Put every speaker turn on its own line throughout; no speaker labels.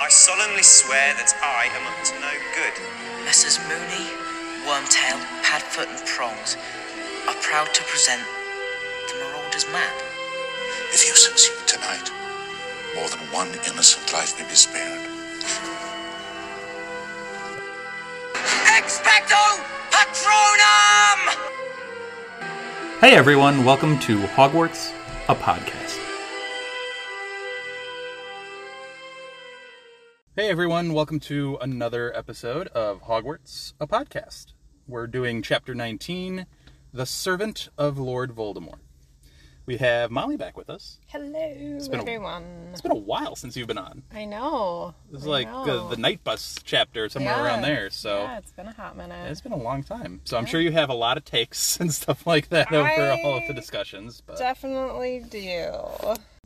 I solemnly swear that I am up to no good.
Messrs. Mooney, Wormtail, Padfoot, and Prongs are proud to present the Marauder's map.
If you succeed tonight, more than one innocent life may be spared.
Expecto Patronum!
Hey everyone, welcome to Hogwarts, a podcast.
Hey everyone, welcome to another episode of Hogwarts, a podcast. We're doing chapter 19, The Servant of Lord Voldemort. We have Molly back with us.
Hello,
been a-
everyone.
It's been a while since you've been on.
I know.
This is
I
like the,
know.
the night bus chapter, somewhere
Yeah.
around there. So
Yeah, it's been a hot minute.
it's been a long time. So I'm sure you have a lot of takes and stuff like that over all of the
I-
discussions. But
Definitely do.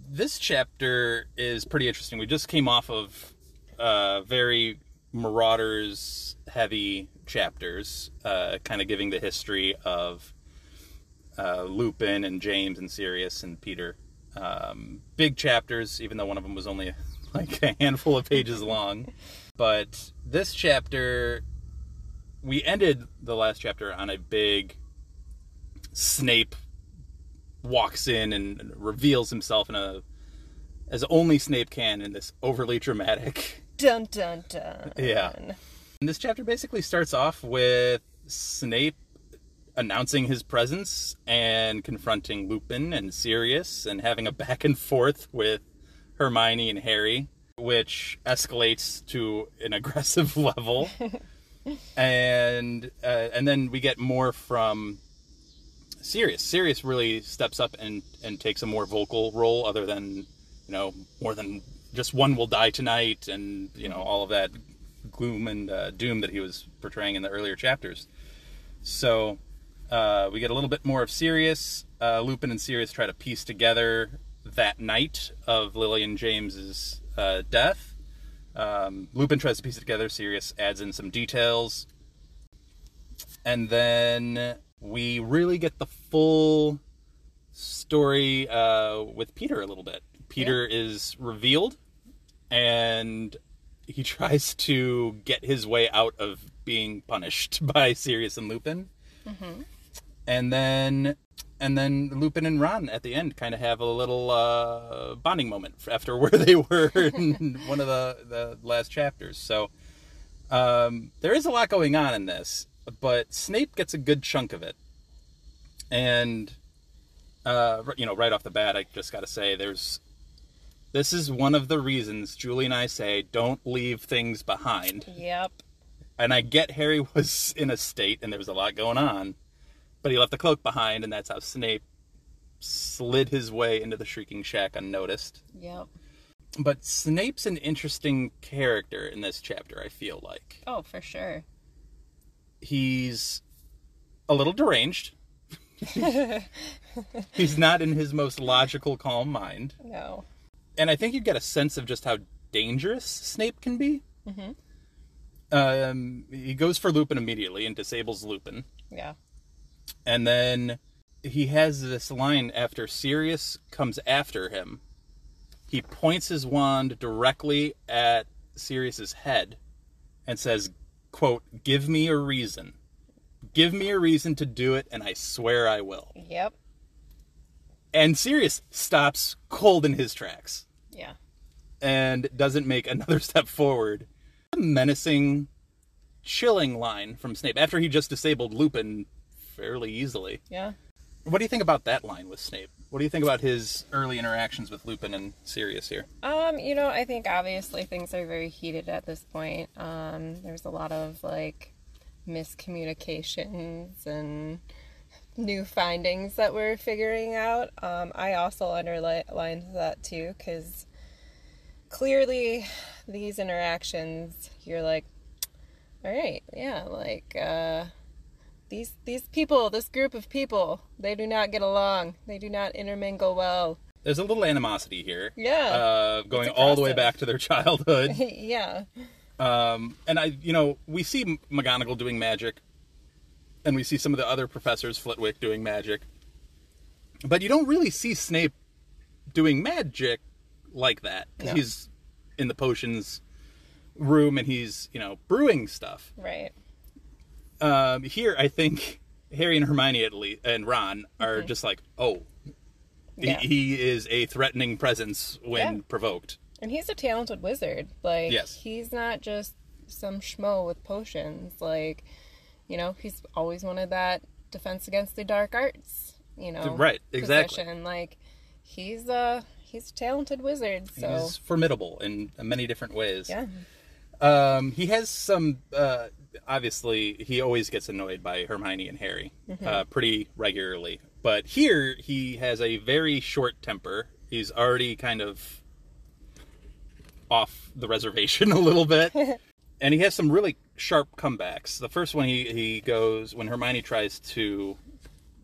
this chapter is pretty interesting. We just came off of uh, very Marauders heavy chapters, uh, kind of giving the history of uh, Lupin and James and Sirius and Peter. Um, big chapters, even though one of them was only like a handful of pages long. But this chapter, we ended the last chapter on a big Snape walks in and reveals himself in a as only Snape can in this overly dramatic.
Dun dun dun.
Yeah. And this chapter basically starts off with Snape announcing his presence and confronting Lupin and Sirius and having a back and forth with Hermione and Harry, which escalates to an aggressive level. and uh, and then we get more from Sirius. Sirius really steps up and and takes a more vocal role, other than you know more than just one will die tonight, and you know all of that gloom and uh, doom that he was portraying in the earlier chapters. So uh, we get a little bit more of Sirius. Uh, Lupin and Sirius try to piece together that night of Lillian James's uh, death. Um, Lupin tries to piece it together. Sirius adds in some details and then we really get the full story uh, with Peter a little bit. Peter is revealed, and he tries to get his way out of being punished by Sirius and Lupin. And then, and then Lupin and Ron at the end kind of have a little uh, bonding moment after where they were in one of the, the last chapters. So um, there is a lot going on in this, but Snape gets a good chunk of it. And, uh, r- you know, right off the bat, I just got to say there's. This is one of the reasons Julie and I say don't leave things behind
Yep.
and I get Harry was in a state and there was a lot going on, but he left the cloak behind, and that's how Snape slid his way into the Shrieking Shack unnoticed.
Yep.
But Snape's an interesting character in this chapter, I feel like.
Oh, for sure.
He's a little deranged. He's not in his most logical, calm mind.
No.
and I think you get a sense of just how dangerous Snape can be. Um, he goes for Lupin immediately and disables Lupin,
Yeah.
and then he has this line after Sirius comes after him. He points his wand directly at Sirius's head and says, "Quote: Give me a reason." Give me a reason to do it, and I swear I will.
Yep.
And Sirius stops cold in his tracks.
Yeah.
and doesn't make another step forward. A menacing, chilling line from Snape after he just disabled Lupin fairly easily.
Yeah.
What do you think about that line with Snape? What do you think about his early interactions with Lupin and Sirius here?
Um, you know, I think obviously things are very heated at this point. Um, there's a lot of like miscommunications and new findings that we're figuring out. Um, I also underlined that too because clearly these interactions, you're like, all right, yeah, like uh, these these people, this group of people, they do not get along. They do not intermingle well.
There's a little animosity here.
Yeah.
Uh, going all the way
aggressive.
back to their childhood.
yeah.
Um, and I, you know, we see M- McGonagall doing magic, and we see some of the other professors, Flitwick, doing magic. But you don't really see Snape doing magic like that. 'cause
No.
He's in the potions room and he's you know brewing stuff.
Right.
Um, here, I think Harry and Hermione at least and Ron are just like, oh, he,
Yeah.
he is a threatening presence when
Yeah.
provoked.
And he's a talented wizard. Like
Yes.
he's not just some schmo with potions. Like, you know, he's always wanted that defense against the dark arts, you know.
Right, exactly.
Position. Like he's a he's a talented wizard, so
He's formidable in many different ways.
yeah.
Um, he has some. Uh, obviously, he always gets annoyed by Hermione and Harry uh, pretty regularly. But here, he has a very short temper. He's already kind of off the reservation a little bit, and he has some really sharp comebacks. The first one, he he goes when Hermione tries to.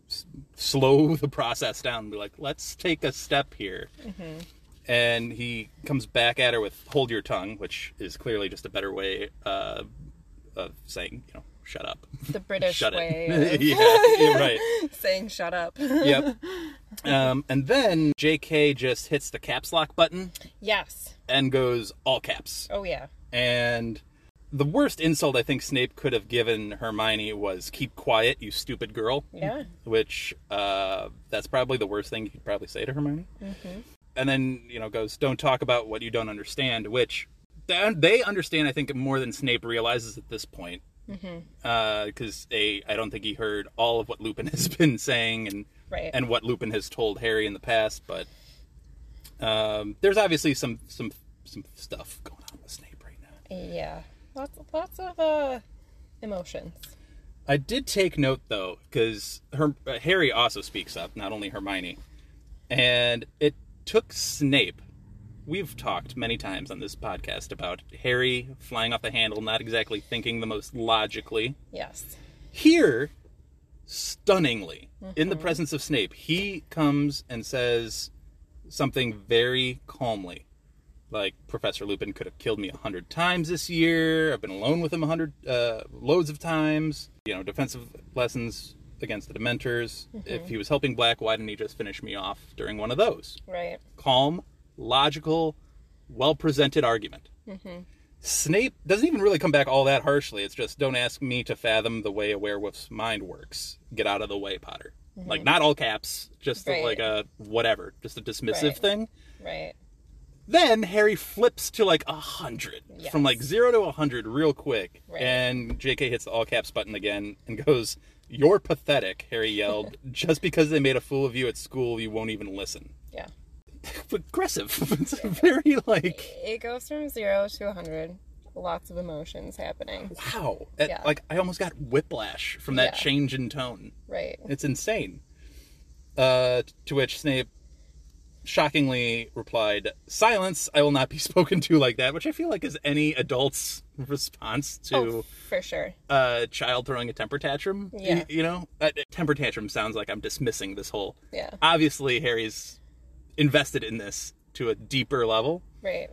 s- Slow the process down. and Be like, let's take a step here and he comes back at her with "hold your tongue," which is clearly just a better way uh, of saying, you know, shut up,
The British
shut
way
it.
of
yeah, you're right.
saying shut up.
Yep. Um, and then J.K. just hits the caps lock button
yes.
and goes all caps.
Oh yeah.
And the worst insult I think Snape could have given Hermione was "keep quiet, you stupid girl."
Yeah.
Which uh, that's probably the worst thing you could probably say to Hermione. And then you know goes, "Don't talk about what you don't understand," which they they understand I think more than Snape realizes at this point. Because a, I don't think he heard all of what Lupin has been saying and
Right.
and what Lupin has told Harry in the past, but um, there's obviously some some some stuff going on with Snape right now.
Yeah. Lots lots of uh emotions.
I did take note though, because her, uh, Harry also speaks up, not only Hermione, and it took Snape. We've talked many times on this podcast about Harry flying off the handle, not exactly thinking the most logically.
Yes.
Here, stunningly, in the presence of Snape, he comes and says something very calmly. Like Professor Lupin could have killed me a hundred times this year. I've been alone with him a hundred, uh, loads of times. You know, defensive lessons against the Dementors. If he was helping Black, why didn't he just finish me off during one of those?
Right.
calm, logical, well presented argument. Snape doesn't even really come back all that harshly. It's just, don't ask me to fathom the way a werewolf's mind works. Get out of the way, Potter. Like, not all caps, just
Mm-hmm. Right.
like a whatever, just a dismissive
Right.
thing.
Right.
Then Harry flips to like a hundred from like zero to a hundred real quick,
Right.
and J.K. hits the all caps button again and goes, "You're pathetic," Harry yelled. "Just because they made a fool of you at school, you won't even listen."
Yeah.
aggressive. It's very like
It goes from zero to 100. Lots of emotions happening.
wow. It-
Yeah.
Like I almost got whiplash from that
Yeah.
change in tone.
Right.
It's insane. Uh, to which Snape shockingly replied, "Silence! I will not be spoken to like that." Which I feel like is any adult's response
Oh,
to
for sure.
a child throwing a temper tantrum. Y-
Yeah.
you know, a a temper tantrum sounds like I'm dismissing this whole.
Yeah.
Obviously, Harry's invested in this to a deeper level.
Right.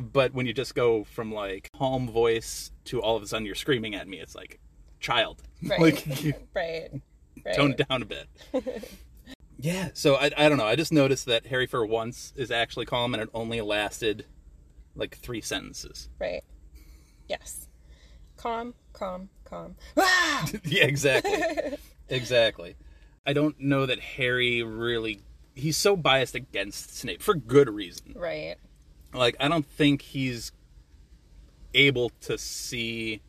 but when you just go from like calm voice to all of a sudden you're screaming at me, it's like child,
Right.
like you
Right. Right.
tone down a bit. yeah, so I, I don't know. I just noticed that Harry for once is actually calm, and it only lasted like three sentences.
Right. Yes. Calm, calm, calm. Ah!
yeah, exactly, exactly. I don't know that Harry really. He's so biased against Snape for good reason.
right.
like I don't think he's able to see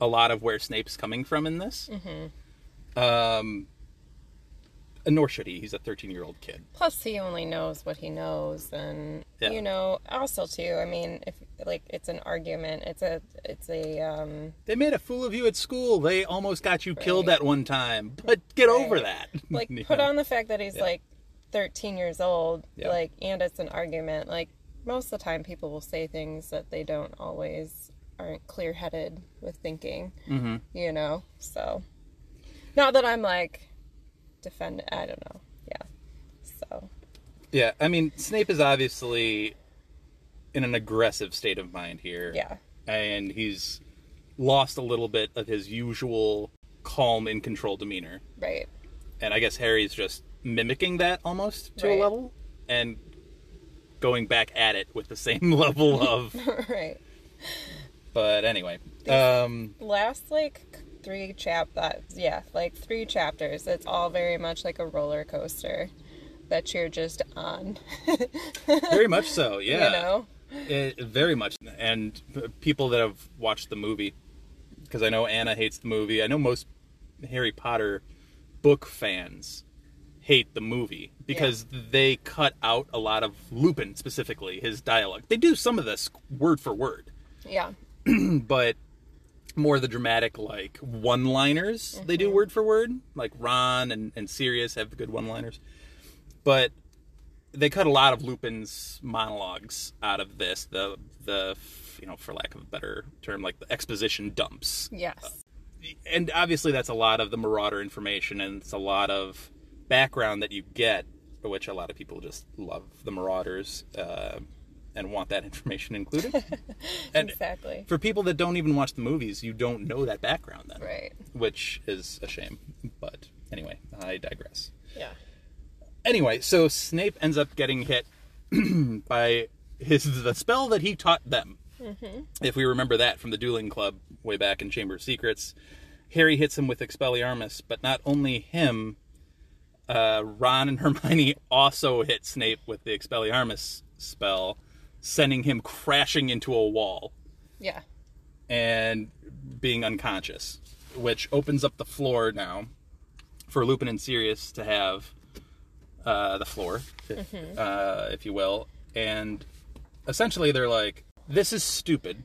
a lot of where Snape's coming from in this. Mm-hmm. Um, and nor should he. He's a thirteen-year-old kid.
Plus, he only knows what he knows, and
Yeah.
you know, also too. I mean, if like it's an argument, it's a, it's a, um,
They made a fool of you at school. They almost got you killed
Right.
at one time, but get over that.
like
You
put
know?
on the fact that he's like 13 years old
Yeah.
like and it's an argument like most of the time people will say things that they don't always aren't clear-headed with thinking mm-hmm. you know so not that i'm like defend i don't know yeah so
Yeah, I mean Snape is obviously in an aggressive state of mind here.
yeah
and he's lost a little bit of his usual calm and controlled demeanor.
right
and I guess Harry's just mimicking that almost to
Right.
a level and going back at it with the same level of
right
But anyway, um,
last like three chap that yeah like three chapters it's all very much like a roller coaster that you're just on
very much so. Yeah.
you know
It, very much. And p- people that have watched the movie, because I know Anna hates the movie. I know most Harry Potter book fans hate the movie because they cut out a lot of Lupin, specifically his dialogue. They do some of this word for word,
yeah
but more the dramatic, like one liners they do word for word. Like Ron and, and Sirius have good one liners. But they cut a lot of Lupin's monologues out of this. The the you know, for lack of a better term, like the exposition dumps.
yes
And obviously, that's a lot of the Marauder information, and it's a lot of background that you get, which a lot of people just love the Marauders uh, and want that information included. and
exactly
for people that don't even watch the movies, you don't know that background then,
right
which is a shame. But anyway, I digress
yeah
anyway, so Snape ends up getting hit by his the spell that he taught them. If we remember that from the dueling club way back in Chamber of Secrets, Harry hits him with Expelliarmus, but not only him, uh, Ron and Hermione also hit Snape with the Expelliarmus spell, sending him crashing into a wall
yeah
and being unconscious, which opens up the floor now for Lupin and Sirius to have uh, the floor, if,
Mm-hmm.
uh, if you will. And essentially, they're like, "This is stupid.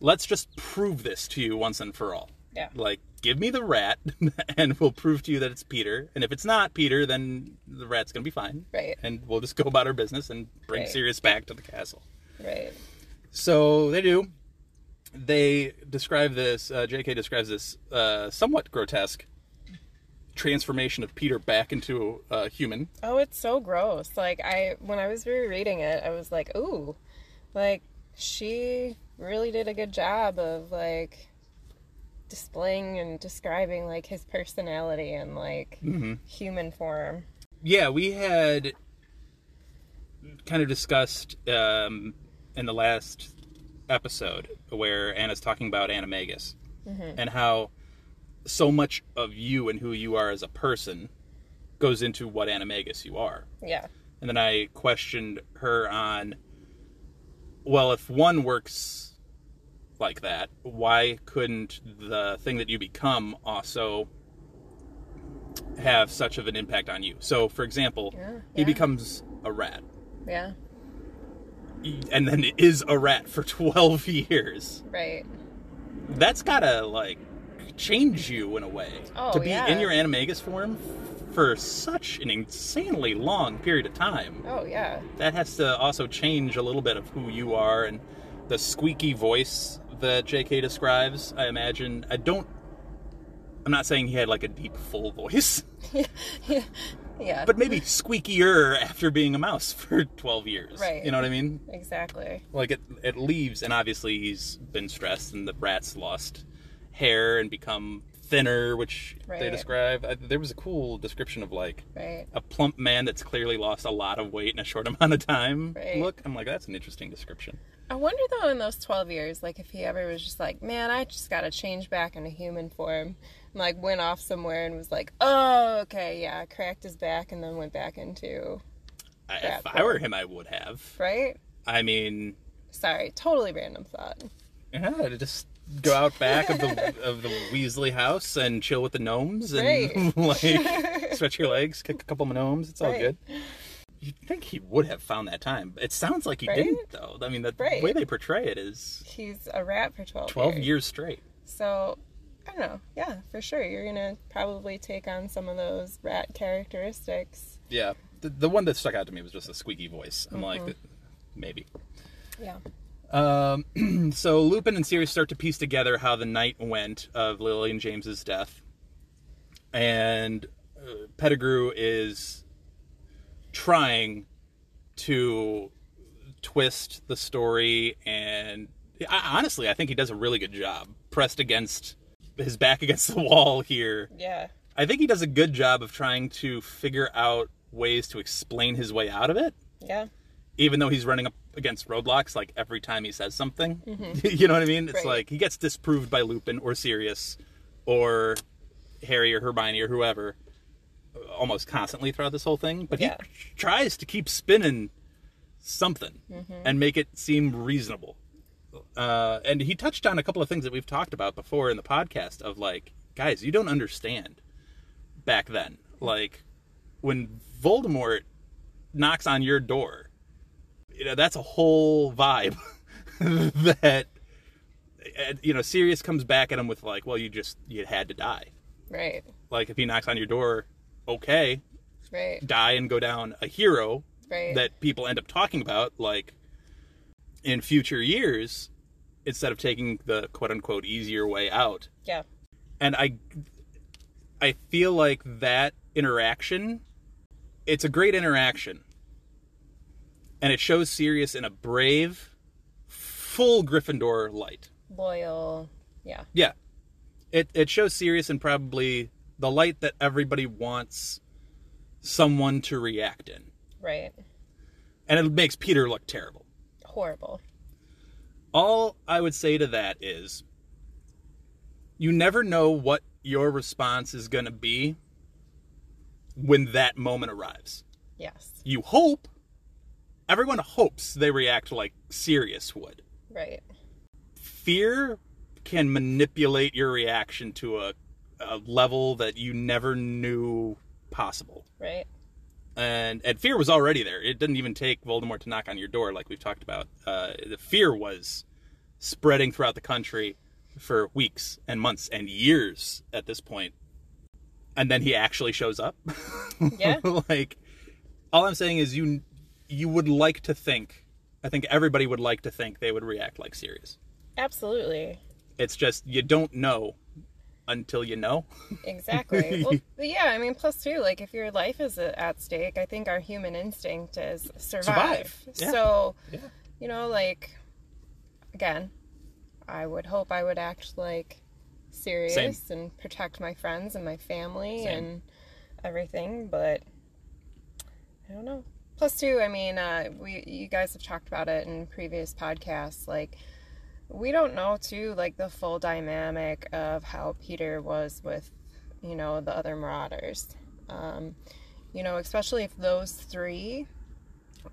Let's just prove this to you once and for all.
Mm-hmm. Yeah.
Like, give me the rat, and we'll prove to you that it's Peter. And if it's not Peter, then the rat's gonna be fine.
Right.
And we'll just go about our business and bring
Right.
Sirius back to the castle."
right
So they do. They describe this. Uh, J.K. describes this uh, somewhat grotesque transformation of Peter back into a human.
oh it's so gross like i when i was rereading it i was like ooh like she really did a good job of like displaying and describing like his personality and like human form
Yeah, we had kind of discussed um, in the last episode where Anna's talking about animagus and how so much of you and who you are as a person goes into what animagus you are.
yeah
And then I questioned her on, well, if one works like that, why couldn't the thing that you become also have such of an impact on you? So, for example, he
yeah.
becomes a rat,
yeah
and then is a rat for 12 years.
right
That's gotta, like, change you in a way.
Oh,
to be
yeah.
in your animagus form for such an insanely long period of time.
oh yeah
that has to also change a little bit of who you are and the squeaky voice that JK describes. I imagine I don't. I'm not saying he had like a deep, full voice,
yeah
but maybe squeakier after being a mouse for 12 years.
Right.
You know what I mean?
exactly
Like it, it leaves, and obviously he's been stressed, and the rat's lost hair and become thinner, which they
Right.
describe. I, there was a cool description of like
right
a plump man that's clearly lost a lot of weight in a short amount of time
Right.
look i'm like that's an interesting description
I wonder though, in those 12 years, like if he ever was just like, man, I just got to change back into human form. And like went off somewhere and was like, oh, okay, yeah, cracked his back and then went back into,
I,
Yeah,
if i were him i would have
right?
i mean
Sorry, totally random thought.
yeah I'd just go out back of the of the weasley house and chill with the gnomes and like stretch your legs kick a couple of gnomes it's all
Right.
good you'd think he would have found that time it sounds like he
Right?
didn't though i mean the
Right.
way they portray it is
He's a rat for 12,
12
years.
years straight
So, I don't know. Yeah, for sure. You're going to probably take on some of those rat characteristics.
yeah the, the one that stuck out to me was just the squeaky voice i'm
Mm-hmm.
like maybe
Yeah.
Um, so Lupin and Sirius start to piece together how the night went of Lily and James's death, and uh, Pettigrew is trying to twist the story, and I, honestly, I think he does a really good job. Pressed against his back against the wall here,
Yeah.
I think he does a good job of trying to figure out ways to explain his way out of it
Yeah.
even though he's running up against roadblocks like every time he says something. you know what I mean? It's
Right.
like he gets disproved by Lupin or Sirius or Harry or Hermione or whoever almost constantly throughout this whole thing, but
Yeah.
he tries to keep spinning something and make it seem reasonable. Uh, and he touched on a couple of things that we've talked about before in the podcast of like, guys, you don't understand back then. Like when Voldemort knocks on your door, you know, that's a whole vibe that uh, you know, Sirius comes back at him with like, well, you just you had to die.
Right.
Like if he knocks on your door, okay,
Right.
die and go down a hero
Right.
that people end up talking about like in future years instead of taking the quote unquote easier way out
Yeah.
and i i feel like that interaction it's a great interaction and it shows sirius in a brave full gryffindor light
Loyal. Yeah.
yeah. It it shows Sirius in probably the light that everybody wants someone to react in.
Right.
And it makes Peter look terrible.
Horrible.
All I would say to that is you never know what your response is going to be when that moment arrives.
Yes.
You hope everyone hopes they react like Sirius would.
Right.
fear can manipulate your reaction to a, a level that you never knew possible.
Right.
And and fear was already there. It didn't even take Voldemort to knock on your door, like we've talked about. Uh, the fear was spreading throughout the country for weeks and months and years at this point. And then he actually shows up.
Yeah.
like all I'm saying is you you would like to think. I think everybody would like to think they would react like Sirius.
Absolutely.
It's just you don't know until you know.
Exactly. well, but yeah, I mean, plus too, like if your life is a- at stake, I think our human instinct is survive.
Survive, yeah.
So, you know, like again, I would hope I would act like serious and protect my friends and my family
Same.
and everything, but I don't know. Plus too, I mean, uh, we you guys have talked about it in previous podcasts, like we don't know too like the full dynamic of how peter was with you know the other marauders um, you know especially if those three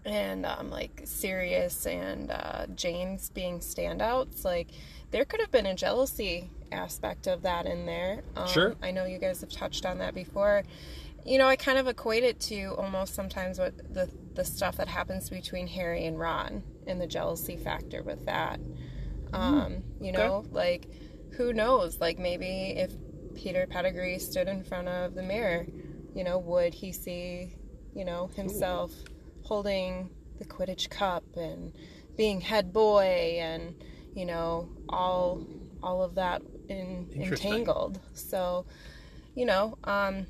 and um, like sirius and uh, james being standouts like there could have been a jealousy aspect of that in there um,
Sure.
i know you guys have touched on that before you know i kind of equate it to almost sometimes what the, the stuff that happens between harry and ron and the jealousy factor with that um, you know, like who knows? Like maybe if Peter Pettigrew stood in front of the mirror, you know, would he see, you know, himself holding the Quidditch cup and being head boy and you know all all of that in,
Interesting.
entangled. So, you know, um,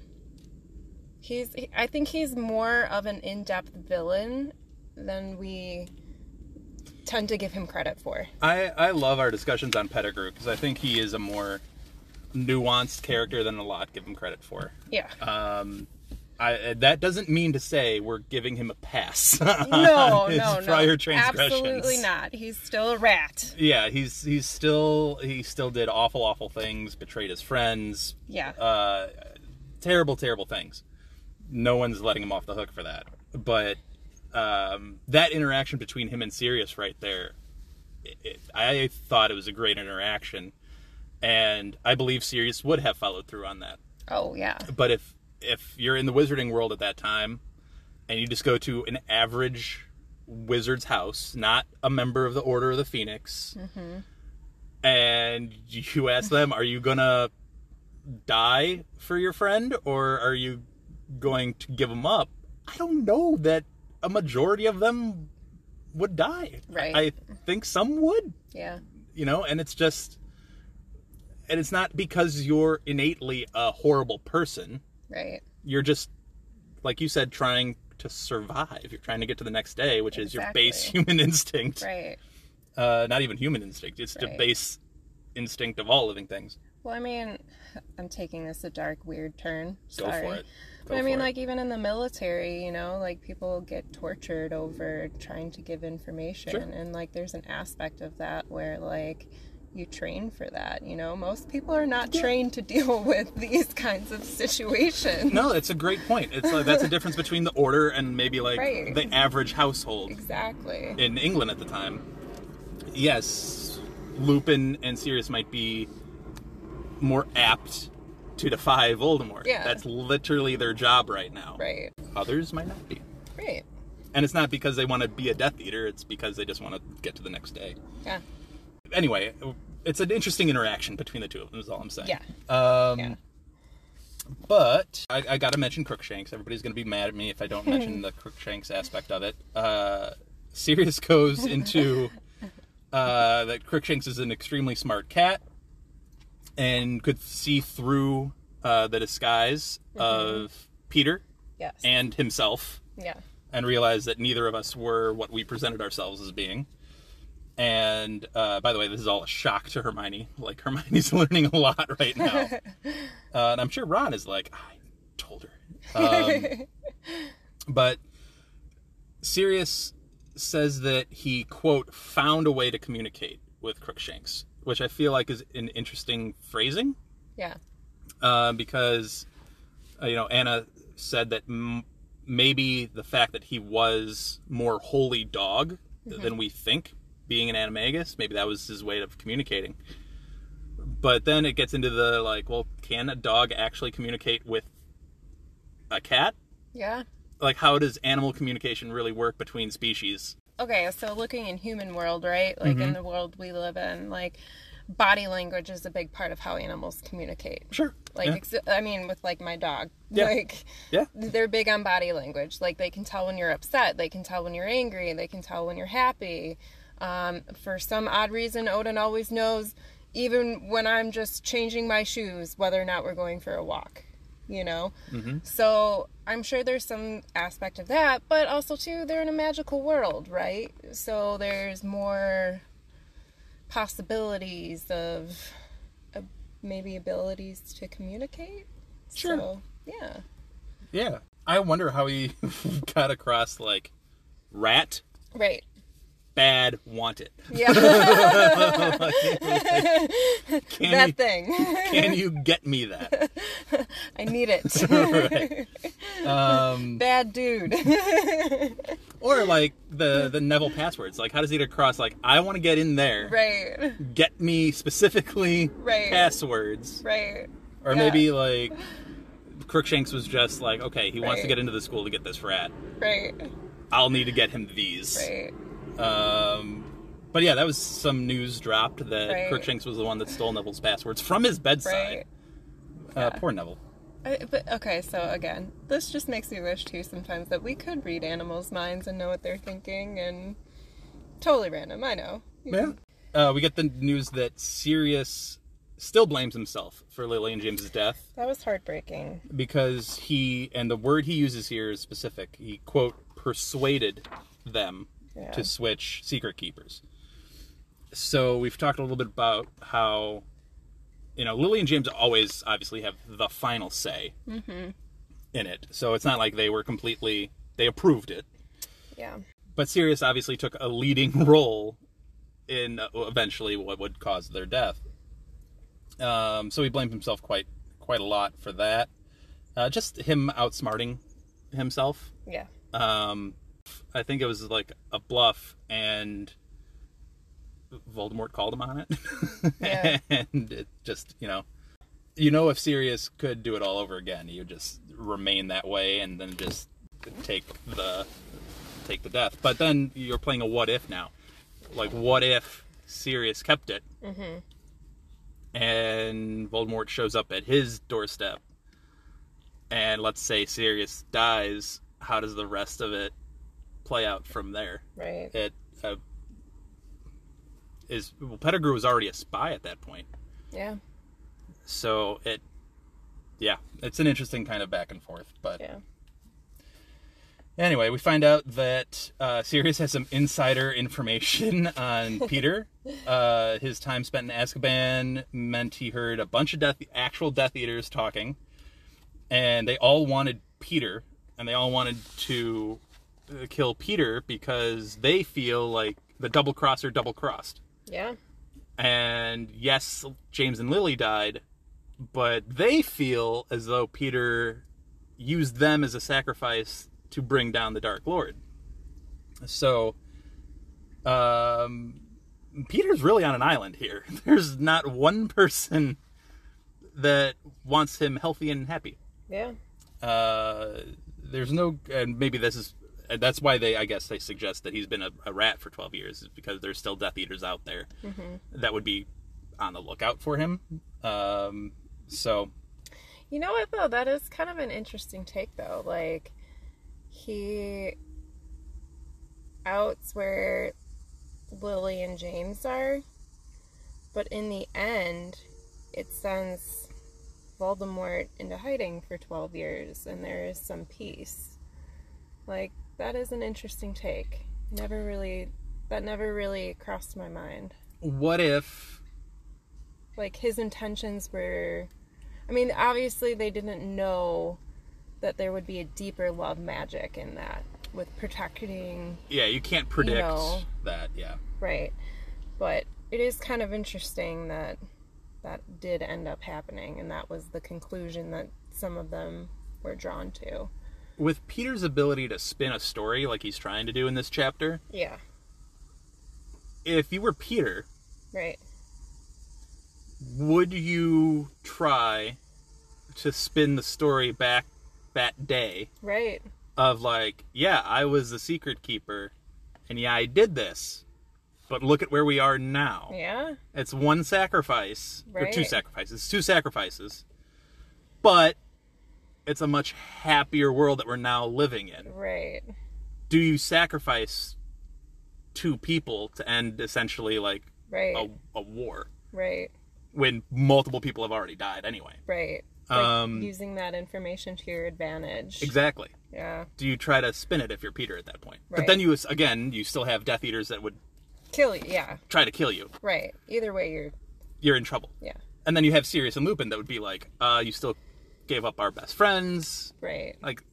he's he- I think he's more of an in-depth villain than we tend to give him credit for.
I I love our discussions on Pettigrew because I think he is a more nuanced character than a lot give him credit for.
Yeah.
Uh, I uh, that doesn't mean to say we're giving him a pass.
no,
on his
no, no.
prior transgressions.
Absolutely not. He's still a rat.
Yeah, he's he's still he still did awful awful things, betrayed his friends,
Yeah.
uh, terrible, terrible things. No one's letting him off the hook for that. But um, that interaction between him and Sirius right there, it, it, I thought it was a great interaction, and I believe Sirius would have followed through on that.
oh yeah.
But if if you're in the wizarding world at that time, and you just go to an average wizard's house, not a member of the Order of the Phoenix, and you ask them, "Are you gonna die for your friend, or are you going to give him up?" I don't know that a majority of them would die.
Right.
I think some would
Yeah.
you know and it's just and it's not because you're innately a horrible person
Right.
you're just like you said trying to survive you're trying to get to the next day which is your base
Exactly.
human instinct
Right.
uh, not even human instinct it's the
Right.
base instinct of all living things
Well, I mean, I'm taking this a dark, weird turn.
go
Sorry.
for it Go
But I mean,
for it.
like even in the military, you know, like people get tortured over trying to give information,
Sure.
and like there's an aspect of that where like you train for that. You know, most people are not trained to deal with these kinds of situations.
No, it's a great point. It's uh, that's a difference between the order and maybe like
Right.
the average household
Exactly.
in England at the time. Yes, Lupin and Sirius might be more apt to defy Voldemort.
Yeah.
That's literally their job right now.
Right.
Others might not be.
Right.
And it's not because they want to be a Death Eater, it's because they just want to get to the next day.
Yeah.
Anyway, it's an interesting interaction between the two of them, is all I'm saying.
Yeah.
Um,
Yeah.
But I, I got to mention Crookshanks. Everybody's going to be mad at me if I don't mention the Crookshanks aspect of it. Uh, Sirius goes into uh, that Crookshanks is an extremely smart cat and could see through uh, the disguise
Mm-hmm.
of Peter
Yes.
and himself
yeah.
and realized that neither of us were what we presented ourselves as being. And uh, by the way, this is all a shock to Hermione. Like Hermione's learning a lot right now, uh, and I'm sure Ron is like, I told her. Um, but Sirius says that he quote found a way to communicate with Crookshanks, which I feel like is an interesting phrasing
Yeah.
uh, because uh, you know Anna said that m- maybe the fact that he was more holy dog
Mm-hmm.
th- than we think, being an animagus, maybe that was his way of communicating. But then it gets into the like, well, can a dog actually communicate with a cat?
Yeah.
Like, how does animal communication really work between species?
okay so looking in human world right like
Mm-hmm.
in the world we live in like body language is a big part of how animals communicate
Sure.
like
yeah.
ex- i mean with like my dog
Yeah.
like
yeah.
they're big on body language like they can tell when you're upset they can tell when you're angry they can tell when you're happy um, for some odd reason odin always knows even when i'm just changing my shoes whether or not we're going for a walk you know so i'm sure there's some aspect of that but also too they're in a magical world right so there's more possibilities of uh, maybe abilities to communicate
Sure.
so, yeah
Yeah. I wonder how he got across like rat,
Right.
bad, want it.
Yeah.
Can you-
that thing.
Can you get me that?
I need it.
Right. Um,
Bad dude.
or like the the Neville passwords. Like, how does he get across? Like, I want to get in there.
right.
Get me specifically
Right.
passwords.
Right.
Or
yeah.
maybe like Crookshanks was just like, okay, he wants to
Right.
get into the school to get this rat.
Right.
I'll need to get him these.
Right.
Um, but yeah, that was some news dropped that
Right.
Crookshanks was the one that stole Neville's passwords from his bedside.
Right.
Uh, poor Neville.
I, but okay, so again, this just makes me wish too sometimes that we could read animals' minds and know what they're thinking and totally random. I know.
Yeah. Uh, we get the news that Sirius still blames himself for Lily and James's death
That was heartbreaking.
because he, and the word he uses here is specific. He, quote, persuaded them
Yeah.
to switch secret keepers. So we've talked a little bit about how, you know, Lily and James always obviously have the final say in it. So it's not like they were completely, they approved it
Yeah.
but Sirius obviously took a leading role in uh, eventually what would cause their death. Um, so he blamed himself quite quite a lot for that. Uh, just him outsmarting himself.
Yeah.
Um, I think it was like a bluff, and Voldemort called him on it.
Yeah.
and it just you know, you know, if Sirius could do it all over again, he would just remain that way and then just take the take the death. But then you're playing a what if now, like what if Sirius kept it, and Voldemort shows up at his doorstep and let's say Sirius dies, how does the rest of it play out from there?
Right.
It uh, is well, Pettigrew was already a spy at that point,
Yeah.
so it, yeah, it's an interesting kind of back and forth. But
Yeah.
anyway, we find out that uh, Sirius has some insider information on Peter. uh, his time spent in Azkaban meant he heard a bunch of death, actual Death Eaters talking, and they all wanted Peter, and they all wanted to uh, kill Peter because they feel like the double crosser double crossed.
Yeah.
And yes, James and Lily died, but they feel as though Peter used them as a sacrifice to bring down the Dark Lord. So, um, Peter's really on an island here. There's not one person that wants him healthy and happy.
Yeah.
Uh, there's no, and maybe this is, and that's why they, I guess, they suggest that he's been a, a rat for 12 years, is because there's still Death Eaters out there that would be on the lookout for him. Um, so,
You know what though? That is kind of an interesting take though. Like he outs where Lily and James are, but in the end, it sends Voldemort into hiding for 12 years and there is some peace. Like that is an interesting take. Never really that never really crossed my mind
what if
like his intentions were i mean obviously they didn't know that there would be a deeper love magic in that with protecting
Yeah, you can't predict
know.
that. Yeah.
right but it is kind of interesting that that did end up happening and that was the conclusion that some of them were drawn to
With Peter's ability to spin a story like he's trying to do in this chapter,
yeah
if you were Peter,
right
would you try to spin the story back that day
right
of like, yeah, I was the secret keeper and yeah, I did this, but look at where we are now.
yeah
It's one sacrifice or two
Right.
sacrifices, it's two sacrifices, but it's a much happier world that we're now living in.
right
do you sacrifice two people to end essentially like
right
a, a war
right
when multiple people have already died anyway?
right Like,
Um,
using that information to your advantage
Exactly.
yeah
Do you try to spin it if you're Peter at that point? But
Right.
then you again you still have Death Eaters that would
kill you yeah
try to kill you.
right either way you're
You're in trouble.
yeah
And then you have Sirius and Lupin that would be like, uh, you still gave up our best friends.
Right.
Like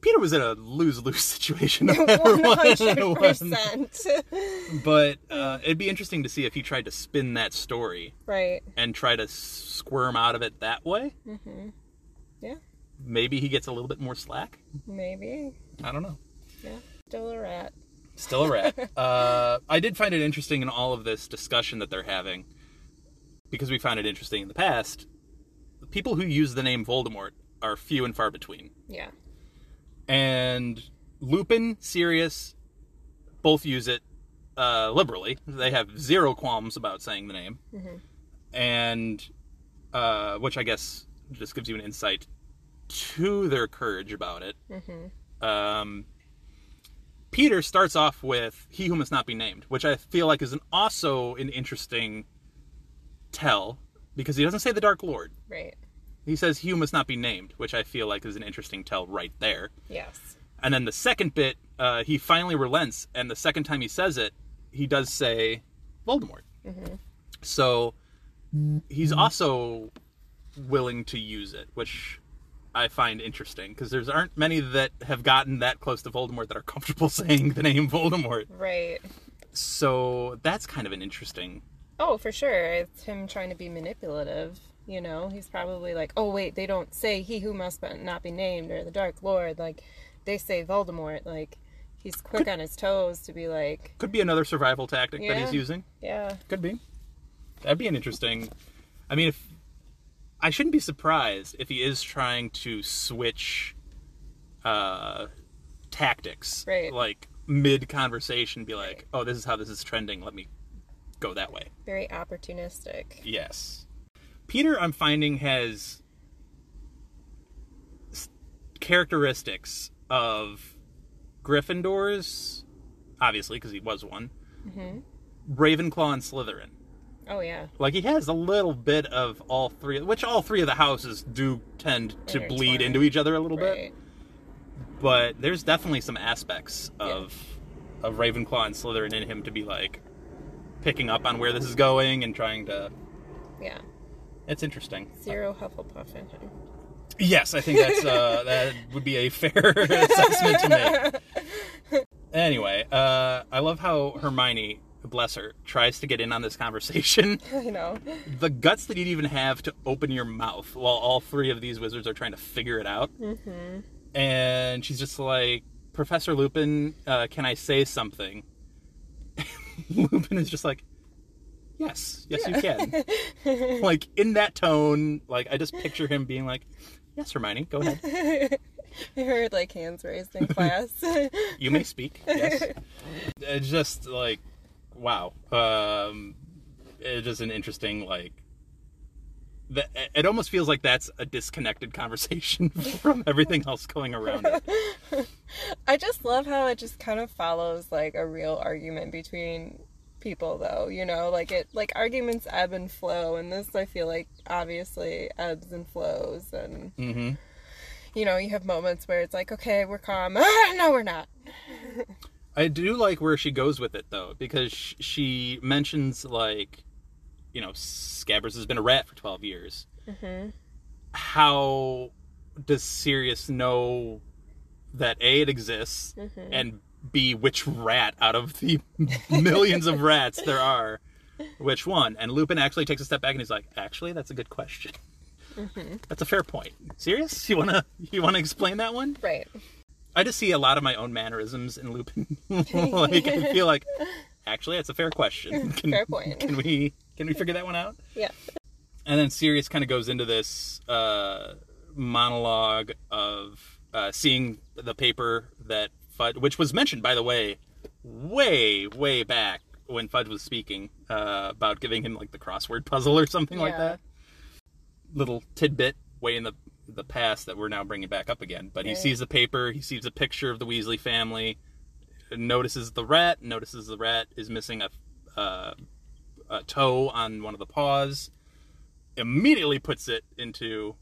Peter was in a lose lose situation. no matter
One
what.
hundred percent.
But uh, it'd be interesting to see if he tried to spin that story
Right.
and try to squirm out of it that way.
Yeah.
Maybe he gets a little bit more slack.
Maybe.
I don't know.
Yeah. Still a rat.
Still a rat. uh, I did find it interesting in all of this discussion that they're having, because we found it interesting in the past. The people who use the name Voldemort are few and far between,
Yeah.
and Lupin, Sirius, both use it uh, liberally. They have zero qualms about saying the name, and uh, which I guess just gives you an insight to their courage about it. Um, Peter starts off with "He who must not be named," which I feel like is an, also an interesting tell because he doesn't say the Dark Lord.
Right.
He says "He who must not be named," which I feel like is an interesting tell right there.
Yes.
And then the second bit, uh, he finally relents, and the second time he says it, he does say Voldemort. So he's also willing to use it, which I find interesting because there's aren't many that have gotten that close to Voldemort that are comfortable saying the name Voldemort.
Right.
So that's kind of an interesting.
Oh, for sure. It's him trying to be manipulative. You know, he's probably like, oh wait, they don't say he who must but not be named or the Dark Lord. Like, they say Voldemort. Like, he's quick on his toes to be like,
Could be another survival tactic that
Yeah.
he's using.
yeah,
Could be. That'd be an interesting. I mean, if I shouldn't be surprised if he is trying to switch uh, tactics,
Right.
Like mid conversation, be like, "Oh, this is how this is trending. Let me go that way."
very opportunistic.
Yes. Peter, I'm finding, has s- characteristics of Gryffindors, obviously, because he was one, Ravenclaw, and Slytherin.
Oh yeah.
Like he has a little bit of all three, which all three of the houses do tend to bleed
Intertwined.
into each other a little
Right.
bit. But there's definitely some aspects of of Ravenclaw and Slytherin in him to be like picking up on where this is going and trying to.
Yeah.
It's interesting.
Zero Hufflepuff in him.
Yes, I think that's uh, that would be a fair assessment to make. Anyway, uh, I love how Hermione, bless her, tries to get in on this conversation.
You know,
The guts that you'd even have to open your mouth while all three of these wizards are trying to figure it out. Mm-hmm. And she's just like, Professor Lupin, uh, can I say something? Lupin is just like, Yes, yes, you can. like in that tone, like I just picture him being like, "Yes, Hermione, go ahead.
I heard like hands raised in class.
You may speak." Yes. It's just like, wow. Um, it's just an interesting like. The, it almost feels like that's a disconnected conversation from everything else going around it.
I just love how it just kind of follows like a real argument between people though, you know, like it like arguments ebb and flow and this I feel like obviously ebbs and flows and
Mm-hmm.
you know, you have moments where it's like, okay, we're calm. Ah, no, we're not.
I do like where she goes with it though, because sh- she mentions like, you know, Scabbers has been a rat for twelve years. Mm-hmm. How does Sirius know that a it exists and b which rat out of the millions of rats there are, which one? And Lupin actually takes a step back and he's like, actually, that's a good question. That's a fair point. Sirius, you wanna you wanna explain that one?
Right.
I just see a lot of my own mannerisms in Lupin. like I feel like actually that's a fair question. Can,
Fair point.
Can we can we figure that one out?
Yeah.
And then Sirius kind of goes into this uh, monologue of uh, seeing the paper that Fudge, which was mentioned by the way, way way back when Fudge was speaking uh, about giving him like the crossword puzzle or something like
Yeah.
that. Little tidbit way in the the past that we're now bringing back up again. But he sees the paper, he sees a picture of the Weasley family, notices the rat, notices the rat is missing a, uh, a toe on one of the paws, immediately puts it into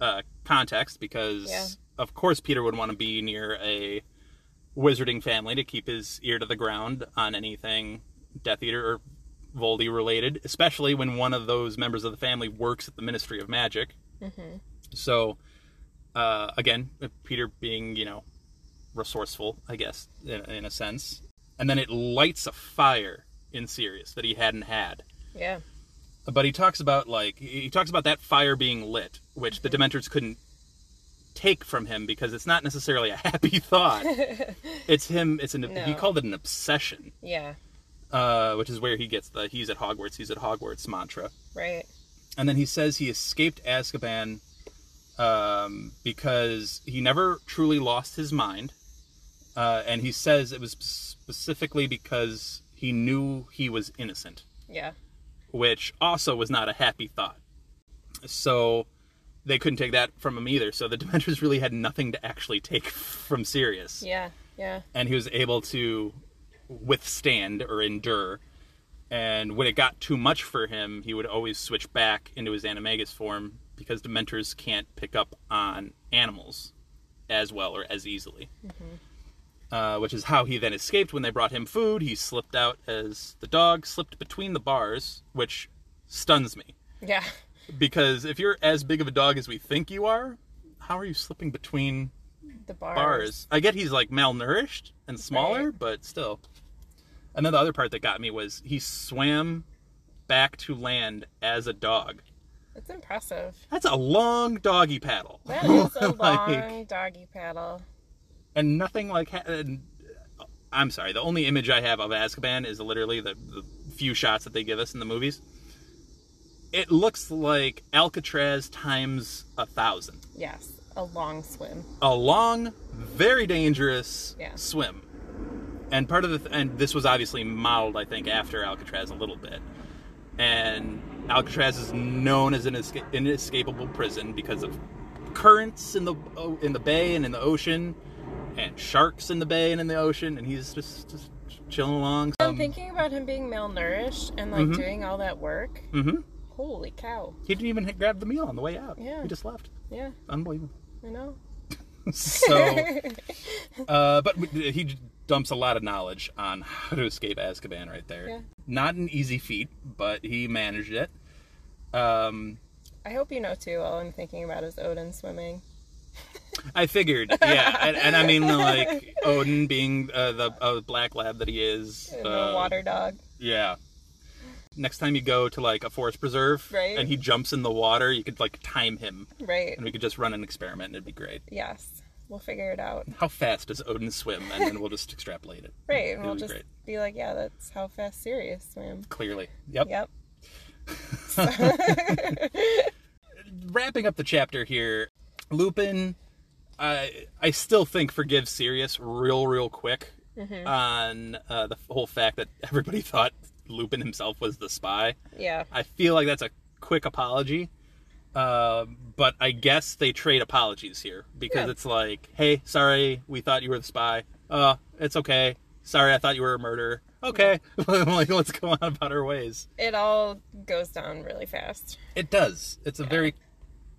uh, context because,
Yeah.
of course, Peter would want to be near a wizarding family to keep his ear to the ground on anything Death Eater or Voldy related, especially when one of those members of the family works at the Ministry of Magic. So, uh, again, Peter being, you know, resourceful, I guess, in, in a sense. And then it lights a fire in Sirius that he hadn't had.
Yeah.
But he talks about, like, he he talks about that fire being lit, which the Dementors couldn't take from him because it's not necessarily a happy thought. it's him, it's an, he
No.
called it an obsession,
Yeah.
uh, which is where he gets the he's at Hogwarts, he's at Hogwarts mantra
Right.
and then he says he escaped Azkaban um, because he never truly lost his mind, uh, and he says it was specifically because he knew he was innocent,
Yeah.
which also was not a happy thought. So they couldn't take that from him either. So the Dementors really had nothing to actually take from Sirius
Yeah. Yeah.
and he was able to withstand or endure. And when it got too much for him, he would always switch back into his animagus form because Dementors can't pick up on animals as well or as easily. Uh, which is how he then escaped when they brought him food. He slipped out as the dog slipped between the bars, which stuns me.
Yeah.
Because if you're as big of a dog as we think you are, how are you slipping between
The bars.
bars. I get he's like malnourished and smaller,
Right.
but still. And then the other part that got me was he swam back to land as a dog.
It's impressive.
That's a long doggy paddle.
That is a
Like-
long doggy paddle.
and nothing like. Ha- and, I'm sorry. The only image I have of Azkaban is literally the, the few shots that they give us in the movies. It looks like Alcatraz times a thousand.
Yes. A long swim.
a long, very dangerous
Yeah.
swim. And part of the th- and this was obviously modeled, I think, after Alcatraz a little bit. And Alcatraz is known as an esca- inescapable prison because of currents in the o- in the bay and in the ocean, and sharks in the bay and in the ocean. And he's just just chilling along.
I'm Um, thinking about him being malnourished and like doing all that work.
Mhm.
Holy cow.
He didn't even hit- grab the meal on the way out.
Yeah.
He just left.
Yeah,
Unbelievable.
I know.
so, uh, but he dumps a lot of knowledge on how to escape Azkaban right there.
Yeah.
Not an easy feat, but he managed it. Um,
I hope you know too. All I'm thinking about is Odin swimming.
I figured, yeah, and, and I mean like Odin being uh, the uh, black lab that he is.
And
uh,
the water dog.
Yeah. Next time you go to like a forest preserve
Right.
and he jumps in the water, you could like time him,
Right.
and we could just run an experiment, and it'd be great.
Yes. We'll figure it out.
How fast does Odin swim? And then we'll just extrapolate it.
Right. And
It
we'll
was
just
great.
be like, yeah, that's how fast Sirius swam.
Clearly, yep.
Yep.
Wrapping up the chapter here, Lupin, I I still think forgives Sirius real real quick on uh, the whole fact that everybody thought Lupin himself was the spy.
Yeah.
I feel like that's a quick apology. Uh, but I guess they trade apologies here because
Yeah.
it's like, hey, sorry, we thought you were the spy. Uh, it's okay. Sorry, I thought you were a murderer. Okay, like let's go on about our ways.
It all goes down really fast.
It does. It's a very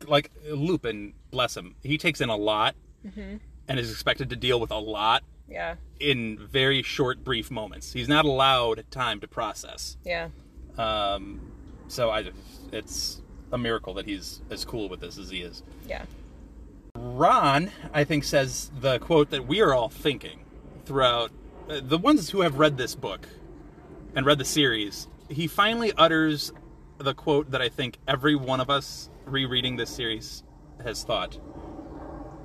like Lupin, bless him. He takes in a lot and is expected to deal with a lot
Yeah.
in very short, brief moments. He's not allowed time to process.
Yeah.
Um, so I, it's a miracle that he's as cool with this as he is.
Yeah.
Ron, I think, says the quote that we are all thinking throughout uh, the ones who have read this book and read the series. He finally utters the quote that I think every one of us rereading this series has thought.